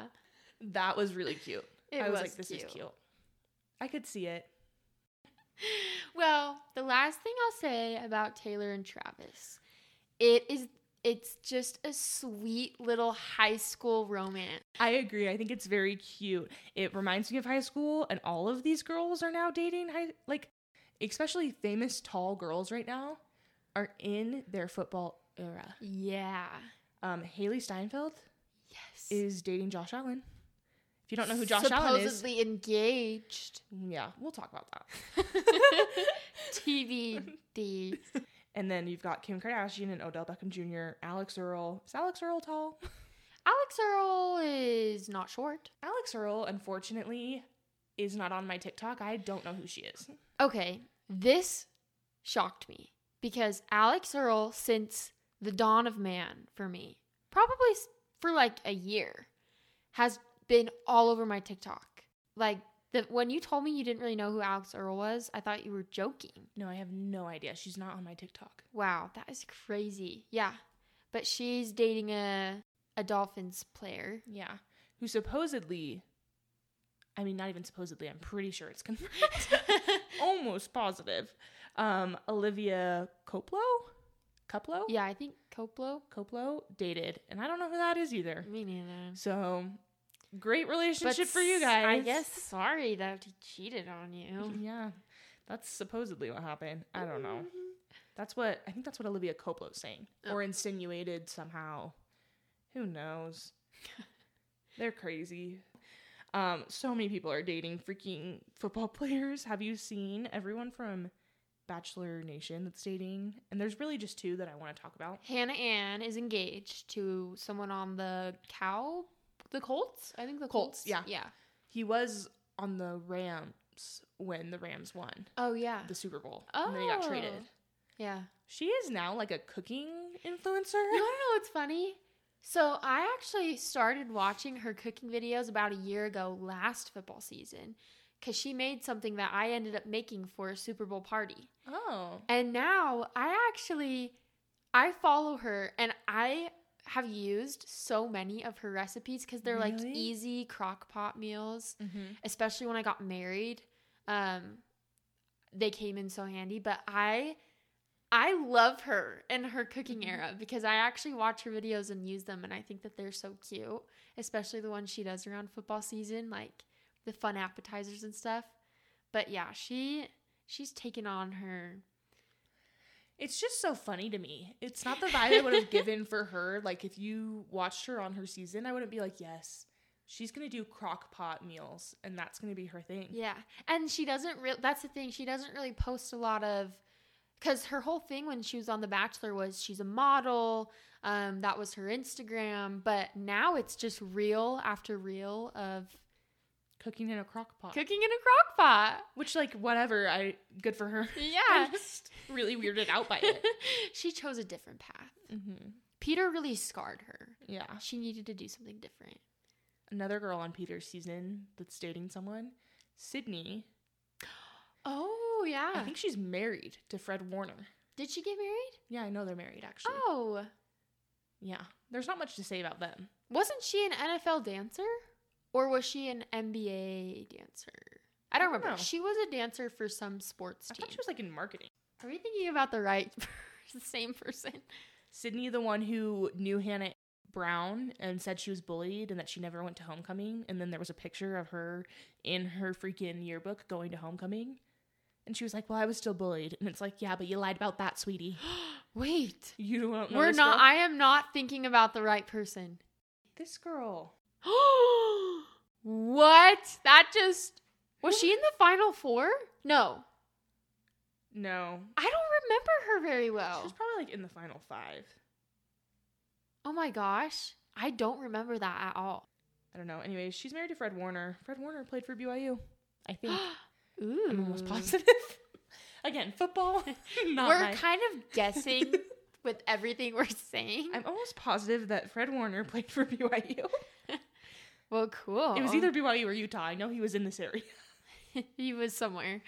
Speaker 2: That was really cute.
Speaker 1: It
Speaker 2: I was,
Speaker 1: was
Speaker 2: like, this
Speaker 1: cute.
Speaker 2: is cute. I could see it.
Speaker 1: Well, the last thing I'll say about Taylor and Travis, it is it's just a sweet little high school romance.
Speaker 2: I agree. I think it's very cute. It reminds me of high school, and all of these girls are now dating high, like, especially famous tall girls right now are in their football era.
Speaker 1: Yeah.
Speaker 2: Um, Haley Steinfeld
Speaker 1: Yes.
Speaker 2: is dating Josh Allen. If you don't know who Josh Allen is,
Speaker 1: supposedly
Speaker 2: [laughs]
Speaker 1: engaged.
Speaker 2: yeah, we'll talk about that.
Speaker 1: TBD.
Speaker 2: And then you've got Kim Kardashian and Odell Beckham Jr., Alex Earl. Is Alex Earl tall? [laughs]
Speaker 1: Alex Earl is not short.
Speaker 2: Alex Earl, unfortunately, is not on my TikTok. I don't know who she is.
Speaker 1: Okay, this shocked me because Alex Earl, since the dawn of man for me, probably s- for like a year, has been all over my TikTok. Like the when you told me you didn't really know who Alex Earl was, I thought you were joking.
Speaker 2: No, I have no idea. She's not on my TikTok.
Speaker 1: Wow, that is crazy. Yeah, but she's dating a a Dolphins player. [laughs]
Speaker 2: Yeah. Who supposedly, I mean, not even supposedly, I'm pretty sure it's confirmed. [laughs] almost positive. Um, Olivia Coplo? Coplo?
Speaker 1: yeah, I think Coplo.
Speaker 2: Coplo dated. And I don't know who that is either.
Speaker 1: Me neither.
Speaker 2: So, great
Speaker 1: But
Speaker 2: relationship for you
Speaker 1: s-
Speaker 2: guys.
Speaker 1: I guess sorry that he cheated on [laughs] you.
Speaker 2: Oh, Yeah. That's supposedly what happened. I don't know. That's what I think that's what Olivia Coppola was saying.
Speaker 1: Mm. Oh.
Speaker 2: Or insinuated somehow.
Speaker 1: [laughs]
Speaker 2: Who knows? They're crazy. Um, so many people are dating freaking football [laughs] players. Have you seen everyone from Bachelor Nation that's dating? And there's really just two that I want to talk about.
Speaker 1: Hannah Ann is engaged to someone on the cow, the Colts. I think the Colts.
Speaker 2: Colts, yeah.
Speaker 1: yeah.
Speaker 2: He was on the Rams when the Rams won
Speaker 1: Oh yeah,
Speaker 2: the Super Bowl. And then he got
Speaker 1: Oh.
Speaker 2: traded.
Speaker 1: yeah.
Speaker 2: She is now like a cooking influencer.
Speaker 1: You want to know what's funny? So I actually started watching her cooking videos about a year ago, last football season, because she made something that I ended up making for a Super Bowl party.
Speaker 2: Oh.
Speaker 1: And now I actually I follow her and I have used so many of her recipes because they're like
Speaker 2: Really?
Speaker 1: easy crock pot meals.
Speaker 2: Mm-hmm.
Speaker 1: especially when I got married. Um, they came in so handy, but I I love her and her cooking
Speaker 2: Mhm.
Speaker 1: era because I actually watch her videos and use them and I think that they're so cute, especially the ones she does around football season, like the fun appetizers and stuff. But yeah, she she's taken on her
Speaker 2: It's just so funny to me. It's not the vibe I would have given for
Speaker 1: [laughs]
Speaker 2: her. Like if you watched her on her season, I wouldn't be like, yes, she's gonna do crock pot meals and that's gonna be her thing.
Speaker 1: Yeah. And she doesn't real that's the thing, she doesn't really post a lot of cuz her whole thing when she was on The Bachelor was she's a model. Um that was her Instagram, but now it's just reel after reel of
Speaker 2: Cooking in a crock pot.
Speaker 1: cooking in a crock pot.
Speaker 2: Which like whatever, I good for her.
Speaker 1: Yeah.
Speaker 2: [laughs] I'm just really weirded out by it.
Speaker 1: [laughs] she chose a different path.
Speaker 2: mm-hmm.
Speaker 1: Peter really scarred her.
Speaker 2: Yeah.
Speaker 1: She needed to do something different.
Speaker 2: Another girl on Peter's season that's dating someone, Sydney.
Speaker 1: Oh, yeah.
Speaker 2: I think she's married to Fred Warner.
Speaker 1: Did she get married?
Speaker 2: Yeah, I know they're married actually.
Speaker 1: Oh.
Speaker 2: Yeah. There's not much to say about them.
Speaker 1: Wasn't she an NFL dancer? Or was she an NBA dancer? I don't
Speaker 2: I don't
Speaker 1: remember.
Speaker 2: know.
Speaker 1: She was a dancer for some sports
Speaker 2: I
Speaker 1: team.
Speaker 2: thought she was like in marketing.
Speaker 1: Are we thinking about the
Speaker 2: [laughs]
Speaker 1: right the same person?
Speaker 2: Sydney, the one who knew Hannah Brown and said she was bullied and that she never went to homecoming. And then there was a picture of her in her freaking yearbook going to homecoming. And she was like, Well, I was still bullied. And it's like, Yeah, but you lied about that, sweetie.
Speaker 1: [gasps]
Speaker 2: [laughs]
Speaker 1: Wait.
Speaker 2: You don't know.
Speaker 1: We're
Speaker 2: this
Speaker 1: not
Speaker 2: Girl?
Speaker 1: I am not thinking about the right
Speaker 2: [gasps]
Speaker 1: person.
Speaker 2: this girl.
Speaker 1: what? That just Was she in
Speaker 2: [laughs]
Speaker 1: the final 4? No.
Speaker 2: No.
Speaker 1: I don't remember her very
Speaker 2: She was
Speaker 1: well.
Speaker 2: probably like in the final five.
Speaker 1: Oh my gosh. I don't remember that at all.
Speaker 2: I don't know. Anyways, she's married to Fred Warner. Fred Warner played for BYU.
Speaker 1: [gasps]
Speaker 2: I [gasps] think.
Speaker 1: Ooh. [laughs]
Speaker 2: [laughs] I'm almost positive. Again, football. [laughs] not
Speaker 1: We're
Speaker 2: my- [laughs]
Speaker 1: kind of guessing with everything [laughs] we're saying.
Speaker 2: I'm almost positive that Fred Warner [laughs] played for BYU.
Speaker 1: well, cool.
Speaker 2: It was [laughs] either BYU or Utah. I know he was in this area. [laughs]
Speaker 1: he was somewhere.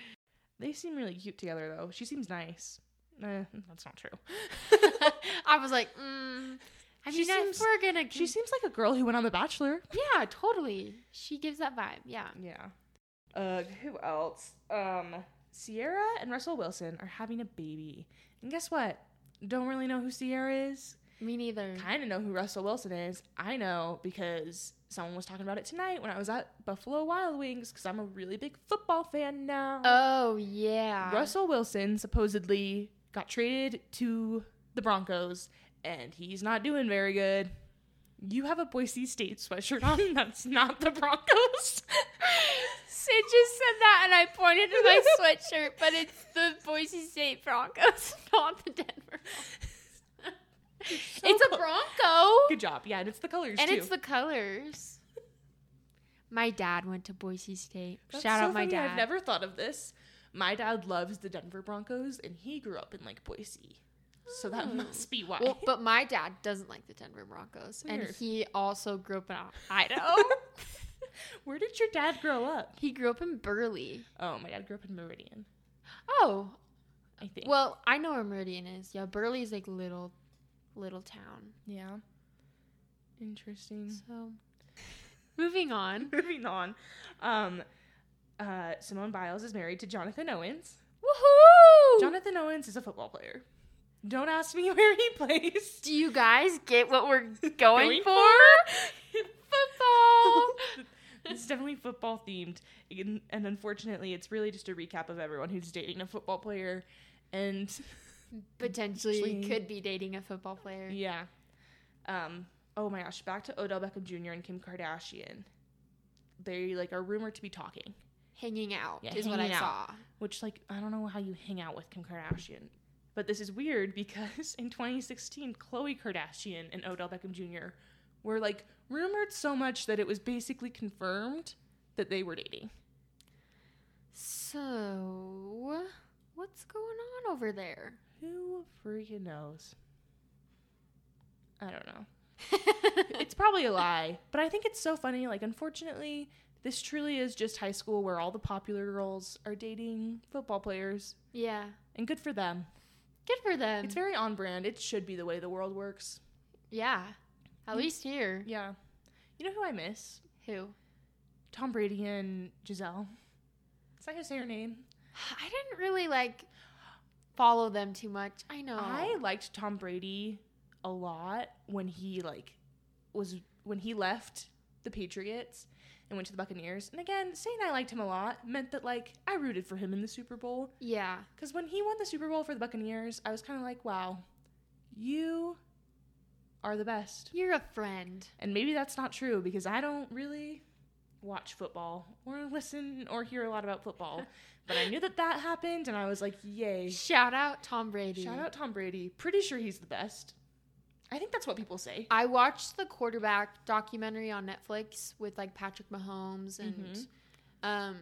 Speaker 2: They seem really cute together, though. She seems nice. Eh, that's not true.
Speaker 1: [laughs]
Speaker 2: [laughs]
Speaker 1: I was like, mm, I
Speaker 2: She
Speaker 1: mean, I-
Speaker 2: seems-
Speaker 1: we're gonna.
Speaker 2: She seems like a girl who went on The Bachelor.
Speaker 1: yeah, totally. She gives that vibe. Yeah.
Speaker 2: Yeah. Uh, who else? Um, Sierra and Russell Wilson are having a baby, and guess what? Don't really know who Sierra is.
Speaker 1: Me neither.
Speaker 2: Kind of know who Russell Wilson is. I know because someone was talking about it tonight when I was at Buffalo Wild Wings because I'm a really big football fan now.
Speaker 1: Oh yeah.
Speaker 2: Russell Wilson supposedly got traded to the Broncos, and he's not doing very good. You have a Boise State sweatshirt on. [laughs] That's not the Broncos.
Speaker 1: [laughs]
Speaker 2: [laughs]
Speaker 1: Sid just said that, and I pointed to
Speaker 2: [laughs]
Speaker 1: my sweatshirt, but it's the Boise State Broncos, [laughs] not the Denver. Broncos. it's a
Speaker 2: clo-
Speaker 1: Bronco,
Speaker 2: Good job. Yeah, and it's the colors
Speaker 1: and
Speaker 2: too.
Speaker 1: it's the colors. My dad went to Boise State.
Speaker 2: That's
Speaker 1: Shout
Speaker 2: so
Speaker 1: out my
Speaker 2: funny.
Speaker 1: dad.
Speaker 2: I've never thought of this. My dad loves the Denver Broncos, and he grew up in like Boise, so that
Speaker 1: Oh.
Speaker 2: must be why. [laughs]
Speaker 1: Well, but my dad doesn't like the Denver Broncos,
Speaker 2: Weird.
Speaker 1: and he also grew up in
Speaker 2: [laughs]
Speaker 1: [laughs] Idaho.
Speaker 2: Idaho. Where did your dad grow up?
Speaker 1: he grew up in Burley.
Speaker 2: Oh, my dad grew up in Meridian.
Speaker 1: Oh,
Speaker 2: I think.
Speaker 1: well, I know where Meridian is. Yeah, Burley's like little, little town.
Speaker 2: yeah. Interesting.
Speaker 1: So, moving
Speaker 2: [laughs]
Speaker 1: on.
Speaker 2: Moving on. Um, uh, Simone Biles is married to Jonathan Owens.
Speaker 1: Woohoo!
Speaker 2: Jonathan Owens is a football player. Don't ask me [laughs] where he plays.
Speaker 1: Do you guys get what
Speaker 2: [laughs]
Speaker 1: we're going,
Speaker 2: Going
Speaker 1: for? [laughs] Football.
Speaker 2: [laughs] it's definitely football themed and and unfortunately it's really just a recap of everyone who's dating a football player and [laughs]
Speaker 1: Potentially
Speaker 2: Actually-
Speaker 1: could be dating a football player.
Speaker 2: yeah um oh my gosh back to odell beckham jr and kim kardashian they like are rumored to be talking
Speaker 1: Hanging out
Speaker 2: Yeah,
Speaker 1: is what I
Speaker 2: hanging out.
Speaker 1: saw.
Speaker 2: which like i don't know how you hang out with kim kardashian but this is weird because [laughs] in 2016 chloe kardashian and odell beckham jr were like rumored so much that it was basically confirmed that they were dating
Speaker 1: So, what's going on over there?
Speaker 2: Who freaking knows? I don't know. It's probably a lie, but I think it's so funny. Like, unfortunately, this truly is just high school where all the popular girls are dating football players,
Speaker 1: [laughs] yeah.
Speaker 2: and good for them.
Speaker 1: Good for them.
Speaker 2: It's very on brand. It should be the way the world works.
Speaker 1: yeah. At least here.
Speaker 2: Yeah. You know who I miss?
Speaker 1: Who?
Speaker 2: Tom Brady and Giselle. Is that gonna say her name?
Speaker 1: [sighs] I didn't really like follow them too much. I know.
Speaker 2: I liked Tom Brady a lot when he like was when he left the Patriots and went to the Buccaneers. And again, saying I liked him a lot meant that like I rooted for him in the Super Bowl
Speaker 1: yeah.
Speaker 2: cuz when he won the Super Bowl for the Buccaneers, I was kind of like, "Wow, you are the best."
Speaker 1: You're a friend.
Speaker 2: And maybe that's not true because I don't really watch football or [laughs] listen or hear a lot about football. but I knew that that happened and I was like, "Yay."
Speaker 1: Shout out Tom Brady.
Speaker 2: Shout out Tom Brady. Pretty sure he's the best. I think that's what people say.
Speaker 1: I watched the quarterback documentary on Netflix with like Patrick Mahomes and
Speaker 2: Mhm.
Speaker 1: um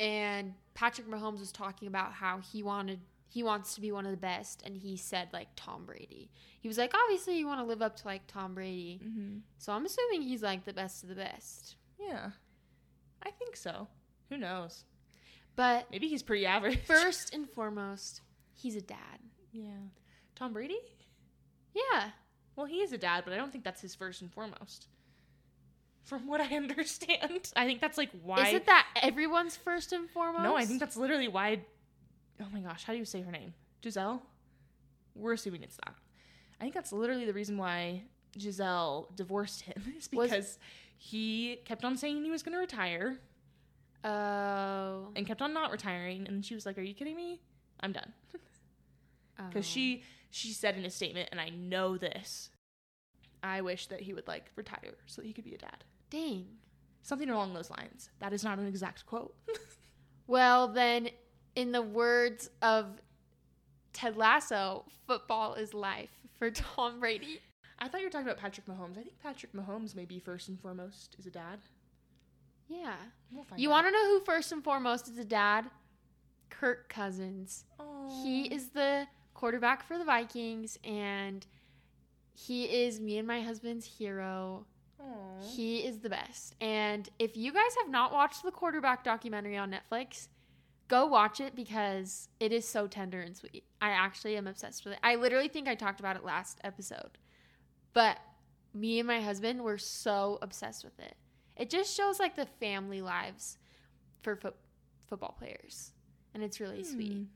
Speaker 1: and Patrick Mahomes was talking about how he wanted he wants to be one of the best and he said like Tom Brady. He was like obviously you want to live up to like Tom Brady.
Speaker 2: Mm-hmm.
Speaker 1: So I'm assuming he's like the best of the best.
Speaker 2: Yeah. I think so. Who knows?
Speaker 1: But
Speaker 2: Maybe he's pretty average.
Speaker 1: first and foremost, he's a dad.
Speaker 2: [laughs] Yeah. Tom Brady?
Speaker 1: Yeah.
Speaker 2: Well, he is a dad, but I don't think that's his first and foremost. From what I [laughs] understand, I think that's like why.
Speaker 1: Isn't that everyone's first and foremost?
Speaker 2: no, I think that's literally why. Oh my gosh, how do you say her name? Giselle? We're assuming it's that. I think that's literally the reason why Giselle divorced him, [laughs] is
Speaker 1: Was-
Speaker 2: because he kept on saying he was going to retire.
Speaker 1: Oh.
Speaker 2: and kept on not retiring and she was like are you kidding me i'm done
Speaker 1: Oh.
Speaker 2: because she she said in a statement and i know this i wish that he would like retire so that he could be a dad
Speaker 1: Dang.
Speaker 2: something along those lines that is not an exact quote [laughs]
Speaker 1: Well, then, in the words of Ted Lasso, football is life for Tom Brady.
Speaker 2: i thought you were talking about patrick mahomes i think patrick mahomes may be first and foremost is a dad
Speaker 1: Yeah.
Speaker 2: we'll find
Speaker 1: You
Speaker 2: out.
Speaker 1: want to know who first and foremost is a dad? Kirk Cousins.
Speaker 2: Aw.
Speaker 1: He is the quarterback for the Vikings, and he is me and my husband's hero.
Speaker 2: Aww.
Speaker 1: He is the best. And if you guys have not watched the quarterback documentary on Netflix, go watch it because it is so tender and sweet. I actually am obsessed with it. I literally think I talked about it last episode, but me and my husband were so obsessed with it. It just shows like the family lives for fo- football players, and it's really
Speaker 2: Hmm,
Speaker 1: sweet.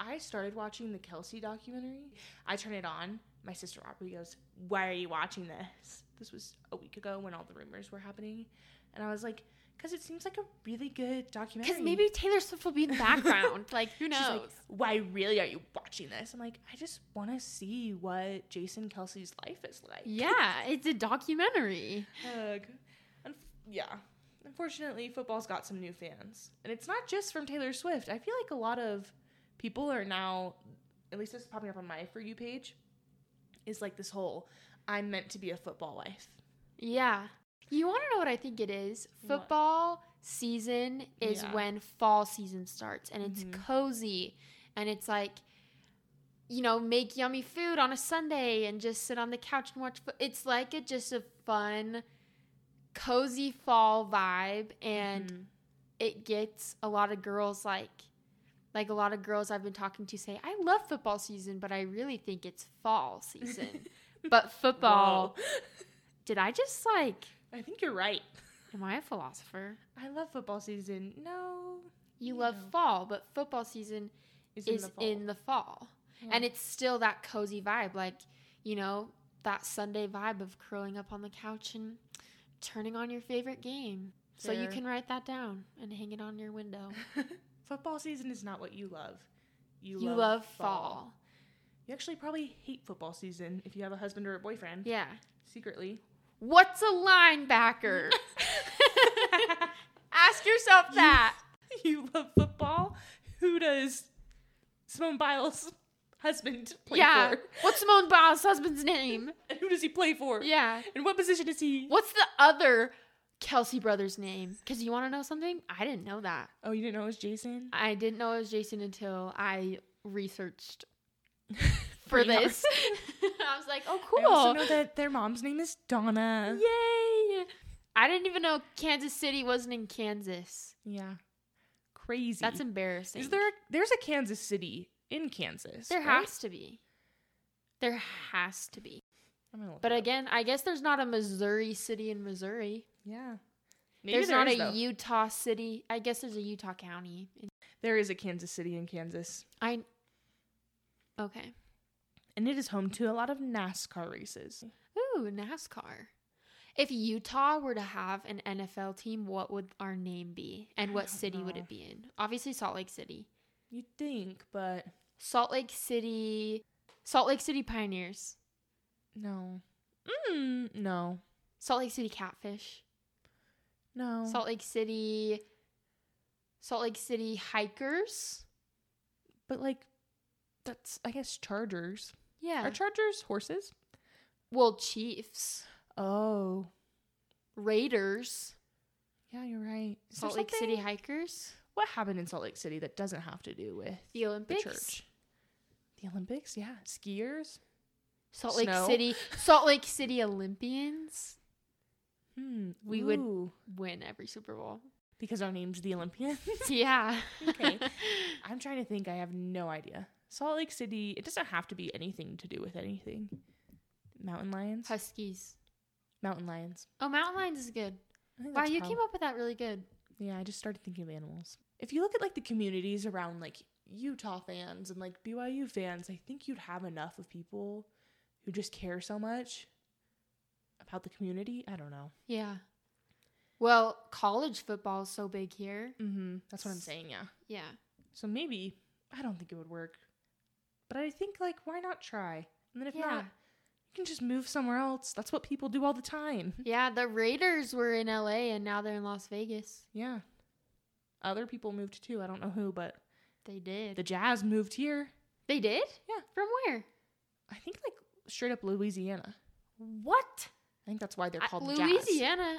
Speaker 2: I started watching the Kelsey documentary. I turn it on. My sister Aubrey goes, Why are you watching this? This was a week ago when all the rumors were happening. And I was like, Because it seems like a really good documentary.
Speaker 1: Because maybe Taylor Swift will be in the background. like, who knows?
Speaker 2: [laughs] She's like, Why really are you watching this? I'm like, I just want to see what Jason Kelsey's life is like.
Speaker 1: yeah, it's a documentary.
Speaker 2: Ugh. Unf- yeah. Unfortunately, football's got some new fans. And it's not just from Taylor Swift. I feel like a lot of people are now, at least this is popping up on my For You page, is like this whole I'm meant to be a football wife.
Speaker 1: Yeah. You want to know what I think it is?
Speaker 2: What?
Speaker 1: Football season is
Speaker 2: Yeah.
Speaker 1: when fall season starts and it's
Speaker 2: Mhm.
Speaker 1: cozy and it's like you know, make yummy food on a Sunday and just sit on the couch and watch fo- it's like a just a fun cozy fall vibe and
Speaker 2: Mhm.
Speaker 1: it gets a lot of girls like like a lot of girls I've been talking to say, "I love football season, but I really think it's fall season."
Speaker 2: [laughs]
Speaker 1: but football,
Speaker 2: Whoa.
Speaker 1: did I just like
Speaker 2: [laughs] I think you're right.
Speaker 1: Am I a philosopher?
Speaker 2: I love football season. No.
Speaker 1: You
Speaker 2: You
Speaker 1: love
Speaker 2: know.
Speaker 1: fall, but football season
Speaker 2: It's
Speaker 1: is in the fall. And it's still that cozy vibe, like, you know, that Sunday vibe of curling up on the couch and turning on your favorite game. So you
Speaker 2: Fair.
Speaker 1: can write that down and hang it on your window.
Speaker 2: [laughs] football season is not what you love. You,
Speaker 1: You, love, fall.
Speaker 2: You actually probably hate football season if you have a husband or a boyfriend.
Speaker 1: Yeah. [laughs]
Speaker 2: Secretly.
Speaker 1: What's a [laughs] linebacker? Ask yourself
Speaker 2: You-
Speaker 1: that.
Speaker 2: [laughs] you love football. Who does Simone Biles' husband play
Speaker 1: yeah.
Speaker 2: for?
Speaker 1: What's Simone Biles' husband's [laughs] name?
Speaker 2: And who does he play for?
Speaker 1: Yeah.
Speaker 2: And what position is he?
Speaker 1: What's the other Kelsey brother's name? Because you want to know something? I didn't know that.
Speaker 2: Oh, you didn't know it was Jason?
Speaker 1: I didn't know it was Jason until I researched [laughs] for
Speaker 2: [laughs] Pretty hard.
Speaker 1: this. [laughs] I was like, oh,
Speaker 2: I also know
Speaker 1: cool.
Speaker 2: that their mom's name is Donna.
Speaker 1: Yay. I didn't even know Kansas City wasn't in Kansas.
Speaker 2: Yeah. Crazy.
Speaker 1: That's embarrassing.
Speaker 2: Is there a, there's a Kansas City in Kansas.
Speaker 1: There
Speaker 2: right?
Speaker 1: has to be. There has to be.
Speaker 2: I'm gonna look
Speaker 1: But
Speaker 2: it up.
Speaker 1: again, I guess there's not a Missouri city in Missouri.
Speaker 2: yeah. Maybe
Speaker 1: there's
Speaker 2: there
Speaker 1: not
Speaker 2: is,
Speaker 1: a
Speaker 2: though.
Speaker 1: Utah city. I guess there's a Utah county. in-
Speaker 2: There is a Kansas City in Kansas.
Speaker 1: I. Okay.
Speaker 2: And it is home to a lot of NASCAR races.
Speaker 1: Ooh, NASCAR. If Utah were to have an NFL team, what would our name be? And
Speaker 2: I
Speaker 1: what
Speaker 2: don't
Speaker 1: city would
Speaker 2: know.
Speaker 1: it be in? Obviously, Salt Lake City.
Speaker 2: You'd think, but
Speaker 1: Salt Lake City. Salt Lake City Pioneers.
Speaker 2: no. Mm, no.
Speaker 1: Salt Lake City Catfish.
Speaker 2: No.
Speaker 1: Salt Lake City. Salt Lake City Hikers.
Speaker 2: But like, that's I guess Chargers.
Speaker 1: Yeah.
Speaker 2: Are Chargers horses?
Speaker 1: well, Chiefs.
Speaker 2: Oh,
Speaker 1: Raiders.
Speaker 2: yeah, you're right. Is there
Speaker 1: Salt Lake City
Speaker 2: something-
Speaker 1: Hikers.
Speaker 2: What happened in Salt Lake City that doesn't have to do with
Speaker 1: The
Speaker 2: the
Speaker 1: Olympics.
Speaker 2: church? The Olympics, yeah. Skiers.
Speaker 1: Salt Lake
Speaker 2: Snow.
Speaker 1: City. Salt Lake City Olympians
Speaker 2: Hmm.
Speaker 1: We would-
Speaker 2: ooh,
Speaker 1: win every Super
Speaker 2: [laughs]
Speaker 1: Bowl.
Speaker 2: because our name's the [laughs] Olympians.
Speaker 1: Yeah. [laughs]
Speaker 2: Okay. I'm trying to think. I have no idea. Salt Lake City. It doesn't have to be anything to do with anything. Mountain lions.
Speaker 1: Huskies.
Speaker 2: Mountain lions.
Speaker 1: Oh, mountain lions is good.
Speaker 2: I think
Speaker 1: Wow,
Speaker 2: that's
Speaker 1: you
Speaker 2: prob-
Speaker 1: came up with that really good.
Speaker 2: Yeah, I just started thinking of animals. If you look at like the communities around like Utah fans and like BYU fans, I think you'd have enough of people who just care so much about the community. I don't know.
Speaker 1: Yeah. Well, college football is so big here.
Speaker 2: Mm-hmm. That's what I'm saying. Yeah.
Speaker 1: Yeah.
Speaker 2: So maybe I don't think it would work, but I think like why not try? And then if
Speaker 1: yeah.
Speaker 2: not, you can just move somewhere else. That's what people do all the time.
Speaker 1: Yeah, the Raiders were in LA and now they're in Las Vegas.
Speaker 2: Yeah. Other people moved too. I don't know who, but
Speaker 1: They did.
Speaker 2: the Jazz moved here.
Speaker 1: they did?
Speaker 2: Yeah.
Speaker 1: From where?
Speaker 2: I think like straight up Louisiana.
Speaker 1: What?
Speaker 2: I think that's why they're
Speaker 1: Uh,
Speaker 2: called jazz.
Speaker 1: Louisiana.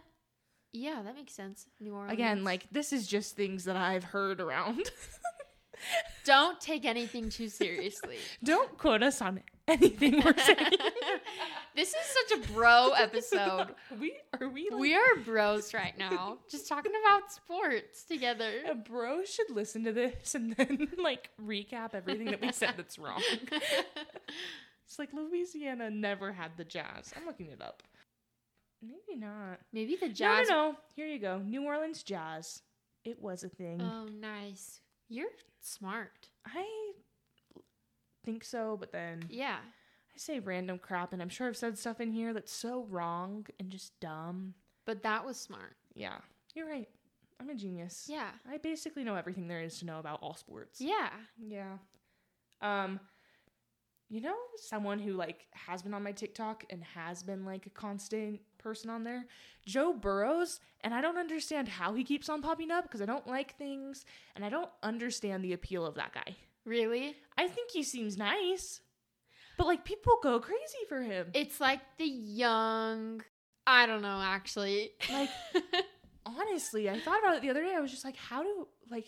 Speaker 1: Yeah, that makes sense. New Orleans.
Speaker 2: Again, like this is just things that I've heard around. [laughs]
Speaker 1: Don't take anything too
Speaker 2: [laughs]
Speaker 1: seriously.
Speaker 2: Don't quote us on anything we're saying.
Speaker 1: [laughs] this is such a bro Oh,
Speaker 2: [laughs]
Speaker 1: episode.
Speaker 2: we are we like,
Speaker 1: We are bros right now, just talking about sports together.
Speaker 2: a bro should listen to this and then [laughs] like recap everything that we said
Speaker 1: [laughs]
Speaker 2: that's wrong. It's like Louisiana never had the jazz. I'm looking it up. Maybe not.
Speaker 1: [laughs] Maybe the
Speaker 2: No,
Speaker 1: jazz.
Speaker 2: No, no, Here you go. New Orleans jazz. It was a thing.
Speaker 1: Oh, nice. You're smart.
Speaker 2: I think so, but then
Speaker 1: Yeah.
Speaker 2: I say random crap, and I'm sure I've said stuff in here that's so wrong and just dumb.
Speaker 1: But that was smart.
Speaker 2: Yeah, you're right. I'm a genius.
Speaker 1: Yeah.
Speaker 2: I basically know everything there is to know about all sports.
Speaker 1: Yeah.
Speaker 2: Yeah. Um, you know, someone who like has been on my TikTok and has been like a constant person on there, Joe Burrows, and I don't understand how he keeps on popping up because I don't like things and I don't understand the appeal of that guy.
Speaker 1: Really?
Speaker 2: I think he seems nice, but like people go crazy for him.
Speaker 1: It's like the young. I don't know, actually. [laughs]
Speaker 2: Like- Honestly, I thought about it the other day. I was just like, how do like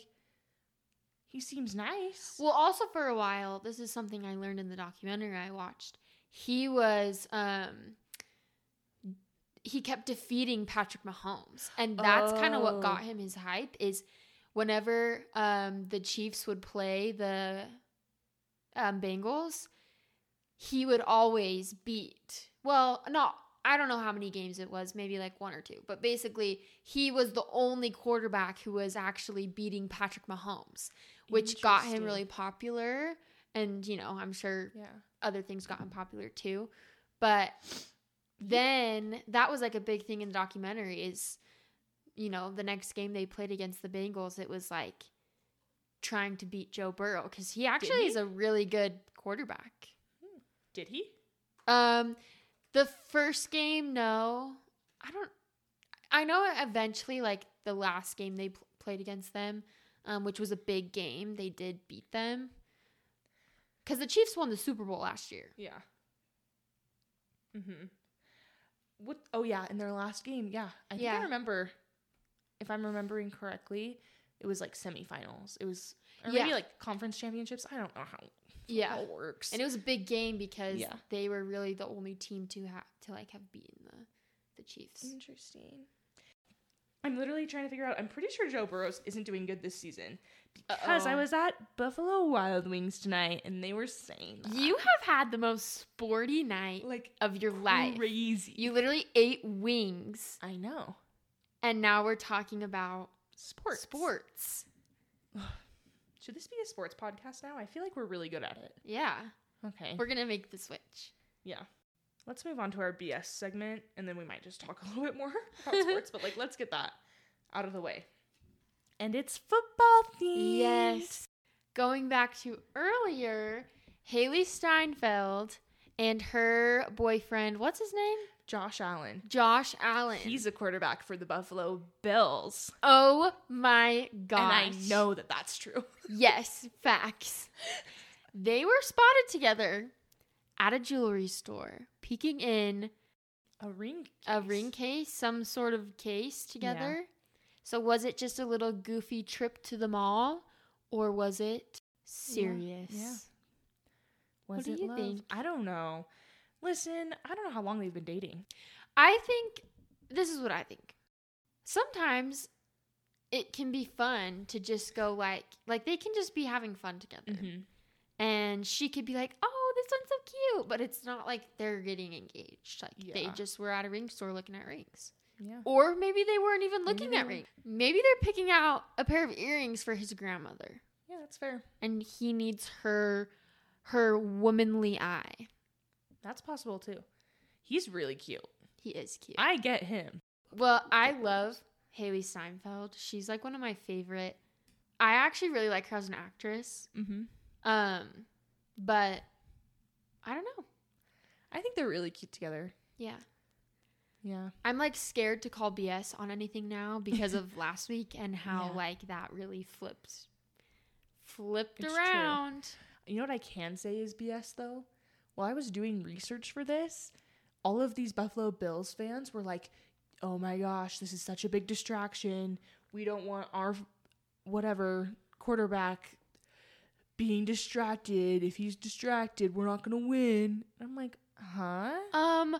Speaker 2: he seems nice?
Speaker 1: well, also for a while, this is something I learned in the documentary I watched. He was, um, he kept defeating Patrick Mahomes, and that's kind of
Speaker 2: Oh.
Speaker 1: what got him his hype. Is whenever um the Chiefs would play the um, Bengals, he would always beat. Well, not I don't know how many games it was, maybe like one or two, but basically he was the only quarterback who was actually beating Patrick Mahomes, which got him
Speaker 2: Interesting.
Speaker 1: really popular. And you know, I'm sure
Speaker 2: yeah.
Speaker 1: other things got him popular too, but then that was like a big thing in the documentary is you know the next game they played against the Bengals it was like trying to beat Joe Burrow cuz he actually
Speaker 2: he?
Speaker 1: is a really good quarterback.
Speaker 2: Did he?
Speaker 1: Um the first game no. I don't I know eventually like the last game they pl- played against them um which was a big game they did beat them. Cuz the Chiefs won the Super Bowl last year.
Speaker 2: Yeah. Mhm. What? Oh yeah, in their last game. Yeah, I think
Speaker 1: Yeah.
Speaker 2: I remember. If I'm remembering correctly, it was like semifinals. It was or maybe
Speaker 1: Yeah.
Speaker 2: like conference championships. I don't know how
Speaker 1: Yeah.
Speaker 2: how it works.
Speaker 1: And it was a big game because
Speaker 2: Yeah.
Speaker 1: they were really the only team to have to like have beaten the the Chiefs.
Speaker 2: Interesting. I'm literally trying to figure out. I'm pretty sure Joe Burrows isn't doing good this season because I
Speaker 1: Uh-oh.
Speaker 2: was at Buffalo Wild Wings tonight and they were saying that.
Speaker 1: You have had the most sporty night
Speaker 2: like
Speaker 1: of your life.
Speaker 2: crazy.
Speaker 1: You literally ate wings,
Speaker 2: I know
Speaker 1: and now we're talking about
Speaker 2: sports.
Speaker 1: sports.
Speaker 2: Should this be a sports podcast now? I feel like we're really good at it.
Speaker 1: Yeah,
Speaker 2: Okay.
Speaker 1: we're gonna make the switch.
Speaker 2: Yeah. Let's move on to our BS segment and then we might just talk [laughs] a little bit
Speaker 1: [laughs]
Speaker 2: more about sports, but like let's get that out of the way. And it's football themed.
Speaker 1: Yes. Going back to earlier, Haley Steinfeld and her boyfriend, what's his name?
Speaker 2: Josh Allen.
Speaker 1: Josh Allen.
Speaker 2: He's a quarterback for the Buffalo Bills.
Speaker 1: oh my gosh.
Speaker 2: And I know that that's true. [laughs]
Speaker 1: Yes, facts. They were spotted together at a jewelry store, peeking in
Speaker 2: A ring.
Speaker 1: a
Speaker 2: case.
Speaker 1: ring case, some sort of case together. So, was it just a little goofy trip to the mall or was it serious?
Speaker 2: yeah. Was
Speaker 1: What do
Speaker 2: it
Speaker 1: you
Speaker 2: love?
Speaker 1: think?
Speaker 2: I don't know. Listen, I don't know how long they've been dating.
Speaker 1: I think this is what I think. Sometimes it can be fun to just go like like they can just be having fun together.
Speaker 2: Mm-hmm.
Speaker 1: and she could be like, "Oh, this one's so cute," but it's not like they're getting engaged. Like they
Speaker 2: Yeah.
Speaker 1: just were at a ring store looking at rings,
Speaker 2: Yeah.
Speaker 1: or maybe they weren't even
Speaker 2: Maybe
Speaker 1: looking
Speaker 2: they
Speaker 1: at
Speaker 2: weren't.
Speaker 1: rings. Maybe they're picking out a pair of earrings for his grandmother,
Speaker 2: Yeah, that's fair.
Speaker 1: and he needs her her womanly eye.
Speaker 2: That's possible too. He's really cute.
Speaker 1: He is cute.
Speaker 2: I get him.
Speaker 1: well, I love Haley Steinfeld. She's like one of my favorite. I actually really like her as an actress.
Speaker 2: Mm-hmm.
Speaker 1: Um, but I don't know.
Speaker 2: I think they're really cute together.
Speaker 1: Yeah.
Speaker 2: Yeah.
Speaker 1: I'm like scared to call BS on anything
Speaker 2: [laughs]
Speaker 1: now because of last week and how
Speaker 2: Yeah.
Speaker 1: like that really flipped flipped
Speaker 2: It's true.
Speaker 1: around.
Speaker 2: You know what I can say is BS though? While I was doing research for this, all of these Buffalo Bills fans were like, oh my gosh, this is such a big distraction. We don't want our whatever quarterback being distracted. If he's distracted, we're not going to win. And I'm like, huh?
Speaker 1: Um,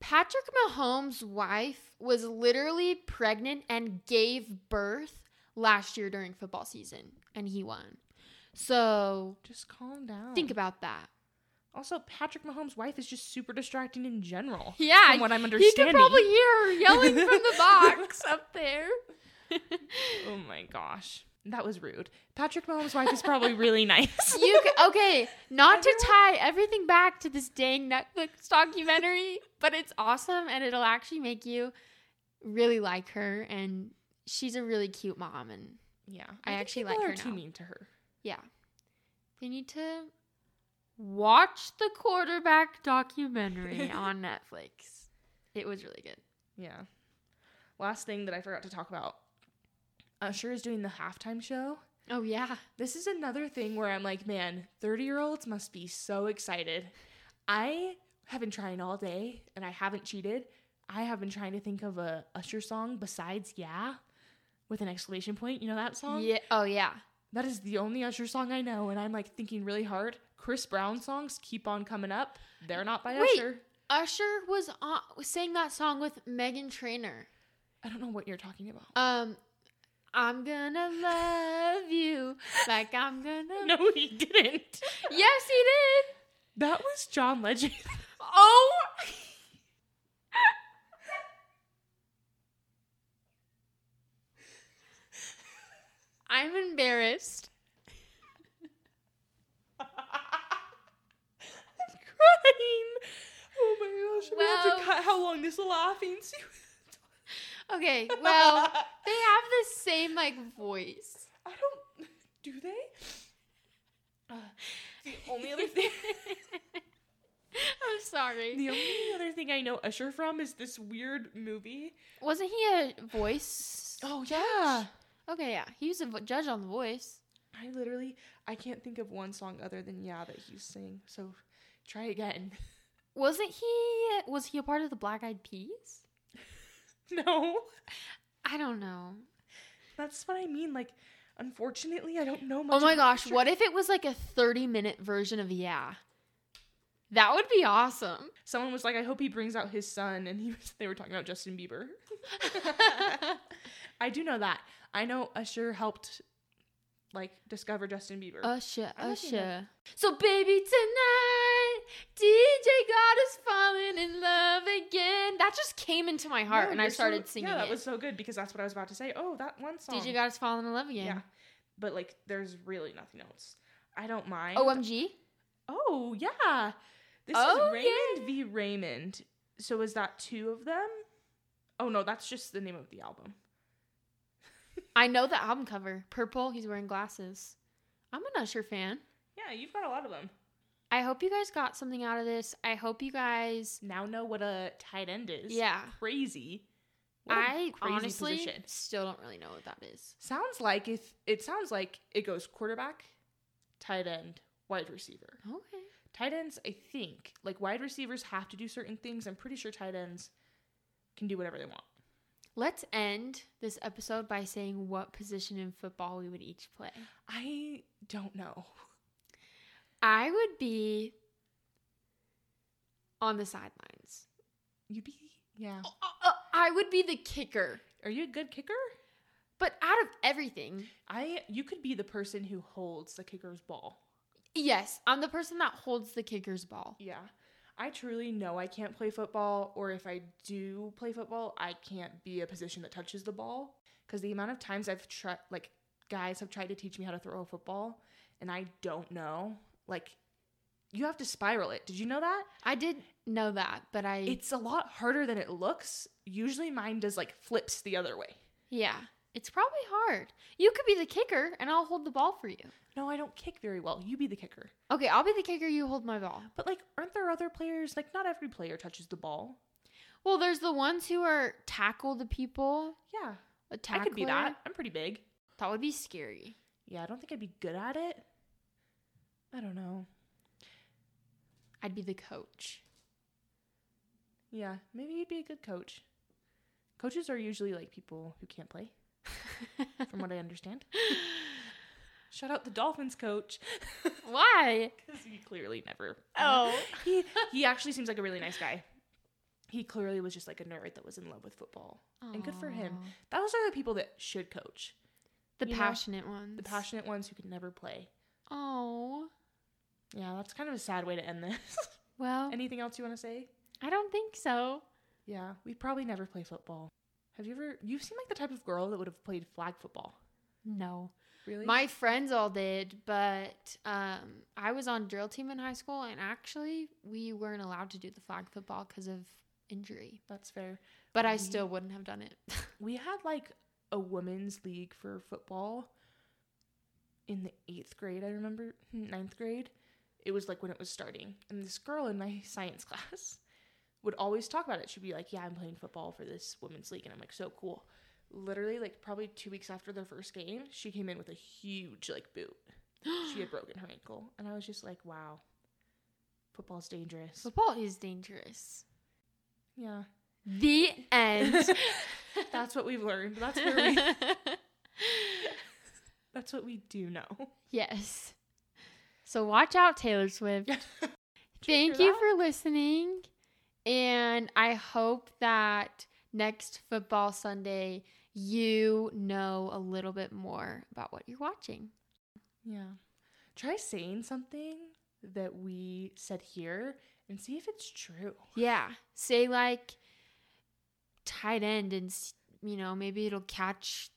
Speaker 1: Patrick Mahomes' wife was literally pregnant and gave birth last year during football season, and he won. So
Speaker 2: Just calm down.
Speaker 1: think about that.
Speaker 2: Also, Patrick Mahomes' wife is just super distracting in
Speaker 1: [laughs]
Speaker 2: general.
Speaker 1: Yeah,
Speaker 2: From what I'm
Speaker 1: he could
Speaker 2: understanding.
Speaker 1: probably hear her yelling from the [laughs] box up there.
Speaker 2: oh my gosh. That was rude. Patrick Mahomes' wife is probably really [laughs] nice.
Speaker 1: You c- okay? Not to tie everything back to this dang Netflix documentary, but it's awesome and it'll actually make you really like her. And she's a really cute mom. And
Speaker 2: yeah.
Speaker 1: I
Speaker 2: think
Speaker 1: actually
Speaker 2: people
Speaker 1: like
Speaker 2: are
Speaker 1: her
Speaker 2: too
Speaker 1: now.
Speaker 2: mean to her.
Speaker 1: yeah, they need to watch the quarterback [laughs] documentary on Netflix. It was really good.
Speaker 2: Yeah. Last thing that I forgot to talk about. Usher is doing the halftime show.
Speaker 1: Oh yeah,
Speaker 2: This is another thing where I'm like, man, 30 year olds must be so excited. I have been trying all day and I haven't cheated. I have been trying to think of a Usher song besides Yeah with an exclamation point. You know that song?
Speaker 1: yeah. Oh yeah.
Speaker 2: That is the only Usher song I know. And I'm like thinking really hard. Chris Brown songs keep on coming up. They're not by
Speaker 1: Wait.
Speaker 2: Usher.
Speaker 1: Usher was on, sang that song with Megan Trainor.
Speaker 2: I don't know what you're talking about.
Speaker 1: Um, I'm gonna love you like I'm gonna.
Speaker 2: [laughs] No, he didn't.
Speaker 1: Yes, he did.
Speaker 2: That was John Legend. [laughs]
Speaker 1: Oh, I'm embarrassed.
Speaker 2: I'm crying. Oh my gosh. We have
Speaker 1: Well-
Speaker 2: to cut how long this laughing [laughs] sequence.
Speaker 1: Okay, well, they have the same like voice.
Speaker 2: [laughs] I don't. Do they? Uh, the only other thing.
Speaker 1: [laughs]
Speaker 2: [laughs]
Speaker 1: I'm sorry.
Speaker 2: The only other thing I know Usher from is this weird movie.
Speaker 1: Wasn't he a voice?
Speaker 2: Oh yeah.
Speaker 1: Okay, yeah, he was a vo- judge on The Voice.
Speaker 2: I literally I can't think of one song other than Yeah that he's singing. So try again. [laughs]
Speaker 1: Wasn't he? Was he a part of the Black Eyed Peas?
Speaker 2: No.
Speaker 1: I don't know.
Speaker 2: That's what I mean. Like, unfortunately, I don't know much.
Speaker 1: Oh my
Speaker 2: about
Speaker 1: gosh,
Speaker 2: Usher.
Speaker 1: what if it was like a 30 minute version of Yeah? That would be [laughs] awesome.
Speaker 2: Someone was like, I hope he brings out his son, and he was. They were talking about Justin Bieber. I do know that. I know Usher helped, like, discover Justin Bieber.
Speaker 1: Usher,
Speaker 2: I love you,
Speaker 1: Usher. So, baby, tonight, DJ God is falling in love again. That just came into my heart
Speaker 2: No,
Speaker 1: and I
Speaker 2: you're so-
Speaker 1: started singing
Speaker 2: Yeah, that
Speaker 1: it.
Speaker 2: was so good because that's what I was about to say. Oh, that one song.
Speaker 1: DJ God is falling in love again.
Speaker 2: Yeah, but like, there's really nothing else. I don't mind.
Speaker 1: OMG.
Speaker 2: Oh yeah. This
Speaker 1: Oh,
Speaker 2: is Raymond v. Raymond. So is that two of them? Oh no, that's just the name of the album.
Speaker 1: I know the album cover. Purple, he's wearing glasses. I'm an Usher fan.
Speaker 2: Yeah, you've got a lot of them.
Speaker 1: I hope you guys got something out of this. I hope you guys
Speaker 2: Now know what a tight end is.
Speaker 1: Yeah.
Speaker 2: Crazy. What a
Speaker 1: I
Speaker 2: crazy
Speaker 1: honestly
Speaker 2: position.
Speaker 1: still don't really know what that is.
Speaker 2: Sounds like if it sounds like it goes quarterback, tight end, wide receiver.
Speaker 1: Okay.
Speaker 2: Tight ends, I think, like wide receivers have to do certain things. I'm pretty sure tight ends can do whatever they want.
Speaker 1: Let's end this episode by saying what position in football we would each play.
Speaker 2: I don't know.
Speaker 1: I would be on the sidelines.
Speaker 2: You'd be yeah.
Speaker 1: Uh, uh, I would be the kicker.
Speaker 2: Are you a good kicker?
Speaker 1: But out of everything,
Speaker 2: I you could be the person who holds the kicker's ball.
Speaker 1: yes, I'm the person that holds the kicker's ball.
Speaker 2: Yeah. I truly know I can't play football or if I do play football, I can't be a position that touches the ball cuz the amount of times I've tried like guys have tried to teach me how to throw a football and I don't know. Like you have to spiral it. Did you know that?
Speaker 1: I did know that, but I
Speaker 2: It's a lot harder than it looks. Usually mine does like flips the other way.
Speaker 1: yeah, it's probably hard. You could be the kicker and I'll hold the ball for you.
Speaker 2: No, I don't kick very well. You be the kicker.
Speaker 1: Okay, I'll be the kicker, you hold my ball.
Speaker 2: But like aren't there other players like not every player touches the ball?
Speaker 1: Well, there's the ones who are tackle the people.
Speaker 2: Yeah.
Speaker 1: A tackler.
Speaker 2: I could be that. I'm pretty big.
Speaker 1: That would be scary.
Speaker 2: Yeah, I don't think I'd be good at it. I don't know.
Speaker 1: I'd be the coach.
Speaker 2: Yeah, maybe you'd be a good coach.
Speaker 1: [laughs]
Speaker 2: Coaches are usually like people who can't play, from what I understand. Shout out the Dolphins coach
Speaker 1: [laughs]
Speaker 2: [laughs]
Speaker 1: Why?
Speaker 2: because he clearly never.
Speaker 1: Oh.
Speaker 2: [laughs] he he actually seems like a really nice guy. He clearly was just like a nerd that was in love with football, and good for him.
Speaker 1: Aw.
Speaker 2: Those are the people that should coach.
Speaker 1: The
Speaker 2: You know,
Speaker 1: passionate ones.
Speaker 2: The passionate ones who could never play.
Speaker 1: Oh.
Speaker 2: Yeah, that's kind of a sad way to end this. [laughs]
Speaker 1: Well,
Speaker 2: Anything else you want to say?
Speaker 1: I don't think so.
Speaker 2: Yeah, we probably never play football. Have you ever? You seem like the type of girl that would have played flag football.
Speaker 1: No.
Speaker 2: Really?
Speaker 1: My friends all did, but um, I was on drill team in high school, and actually, we weren't allowed to do the flag football because of injury.
Speaker 2: That's fair.
Speaker 1: But I
Speaker 2: We-
Speaker 1: still wouldn't have done it.
Speaker 2: We had like a women's league for football in the eighth grade, I remember, hmm, ninth grade. It was like when it was starting. And this girl in my [laughs] science class would always talk about it. She'd be like, Yeah, I'm playing football for this women's league. And I'm like, So cool. Literally, like probably two weeks after their first game, she came in with a huge like boot.
Speaker 1: [gasps]
Speaker 2: She had broken her ankle. And I was just like, Wow, football's dangerous.
Speaker 1: football is dangerous.
Speaker 2: Yeah.
Speaker 1: [laughs] The
Speaker 2: [laughs]
Speaker 1: end.
Speaker 2: That's what we've learned. That's where [laughs] we that's what we do know.
Speaker 1: [laughs] yes. So watch out, Taylor Swift.
Speaker 2: [laughs]
Speaker 1: Thank you for listening. And I hope that next football Sunday, you know a little bit more about what you're watching.
Speaker 2: Yeah. Try saying something that we said here and see if it's true.
Speaker 1: Yeah. Say, like, tight end, and, s- you know, maybe it'll catch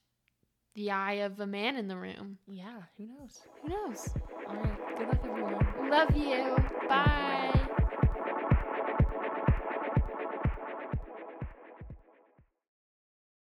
Speaker 1: the eye of a man in the room.
Speaker 2: Yeah, who knows?
Speaker 1: Who knows?
Speaker 2: All right. Good luck, everyone.
Speaker 1: Love you. Bye.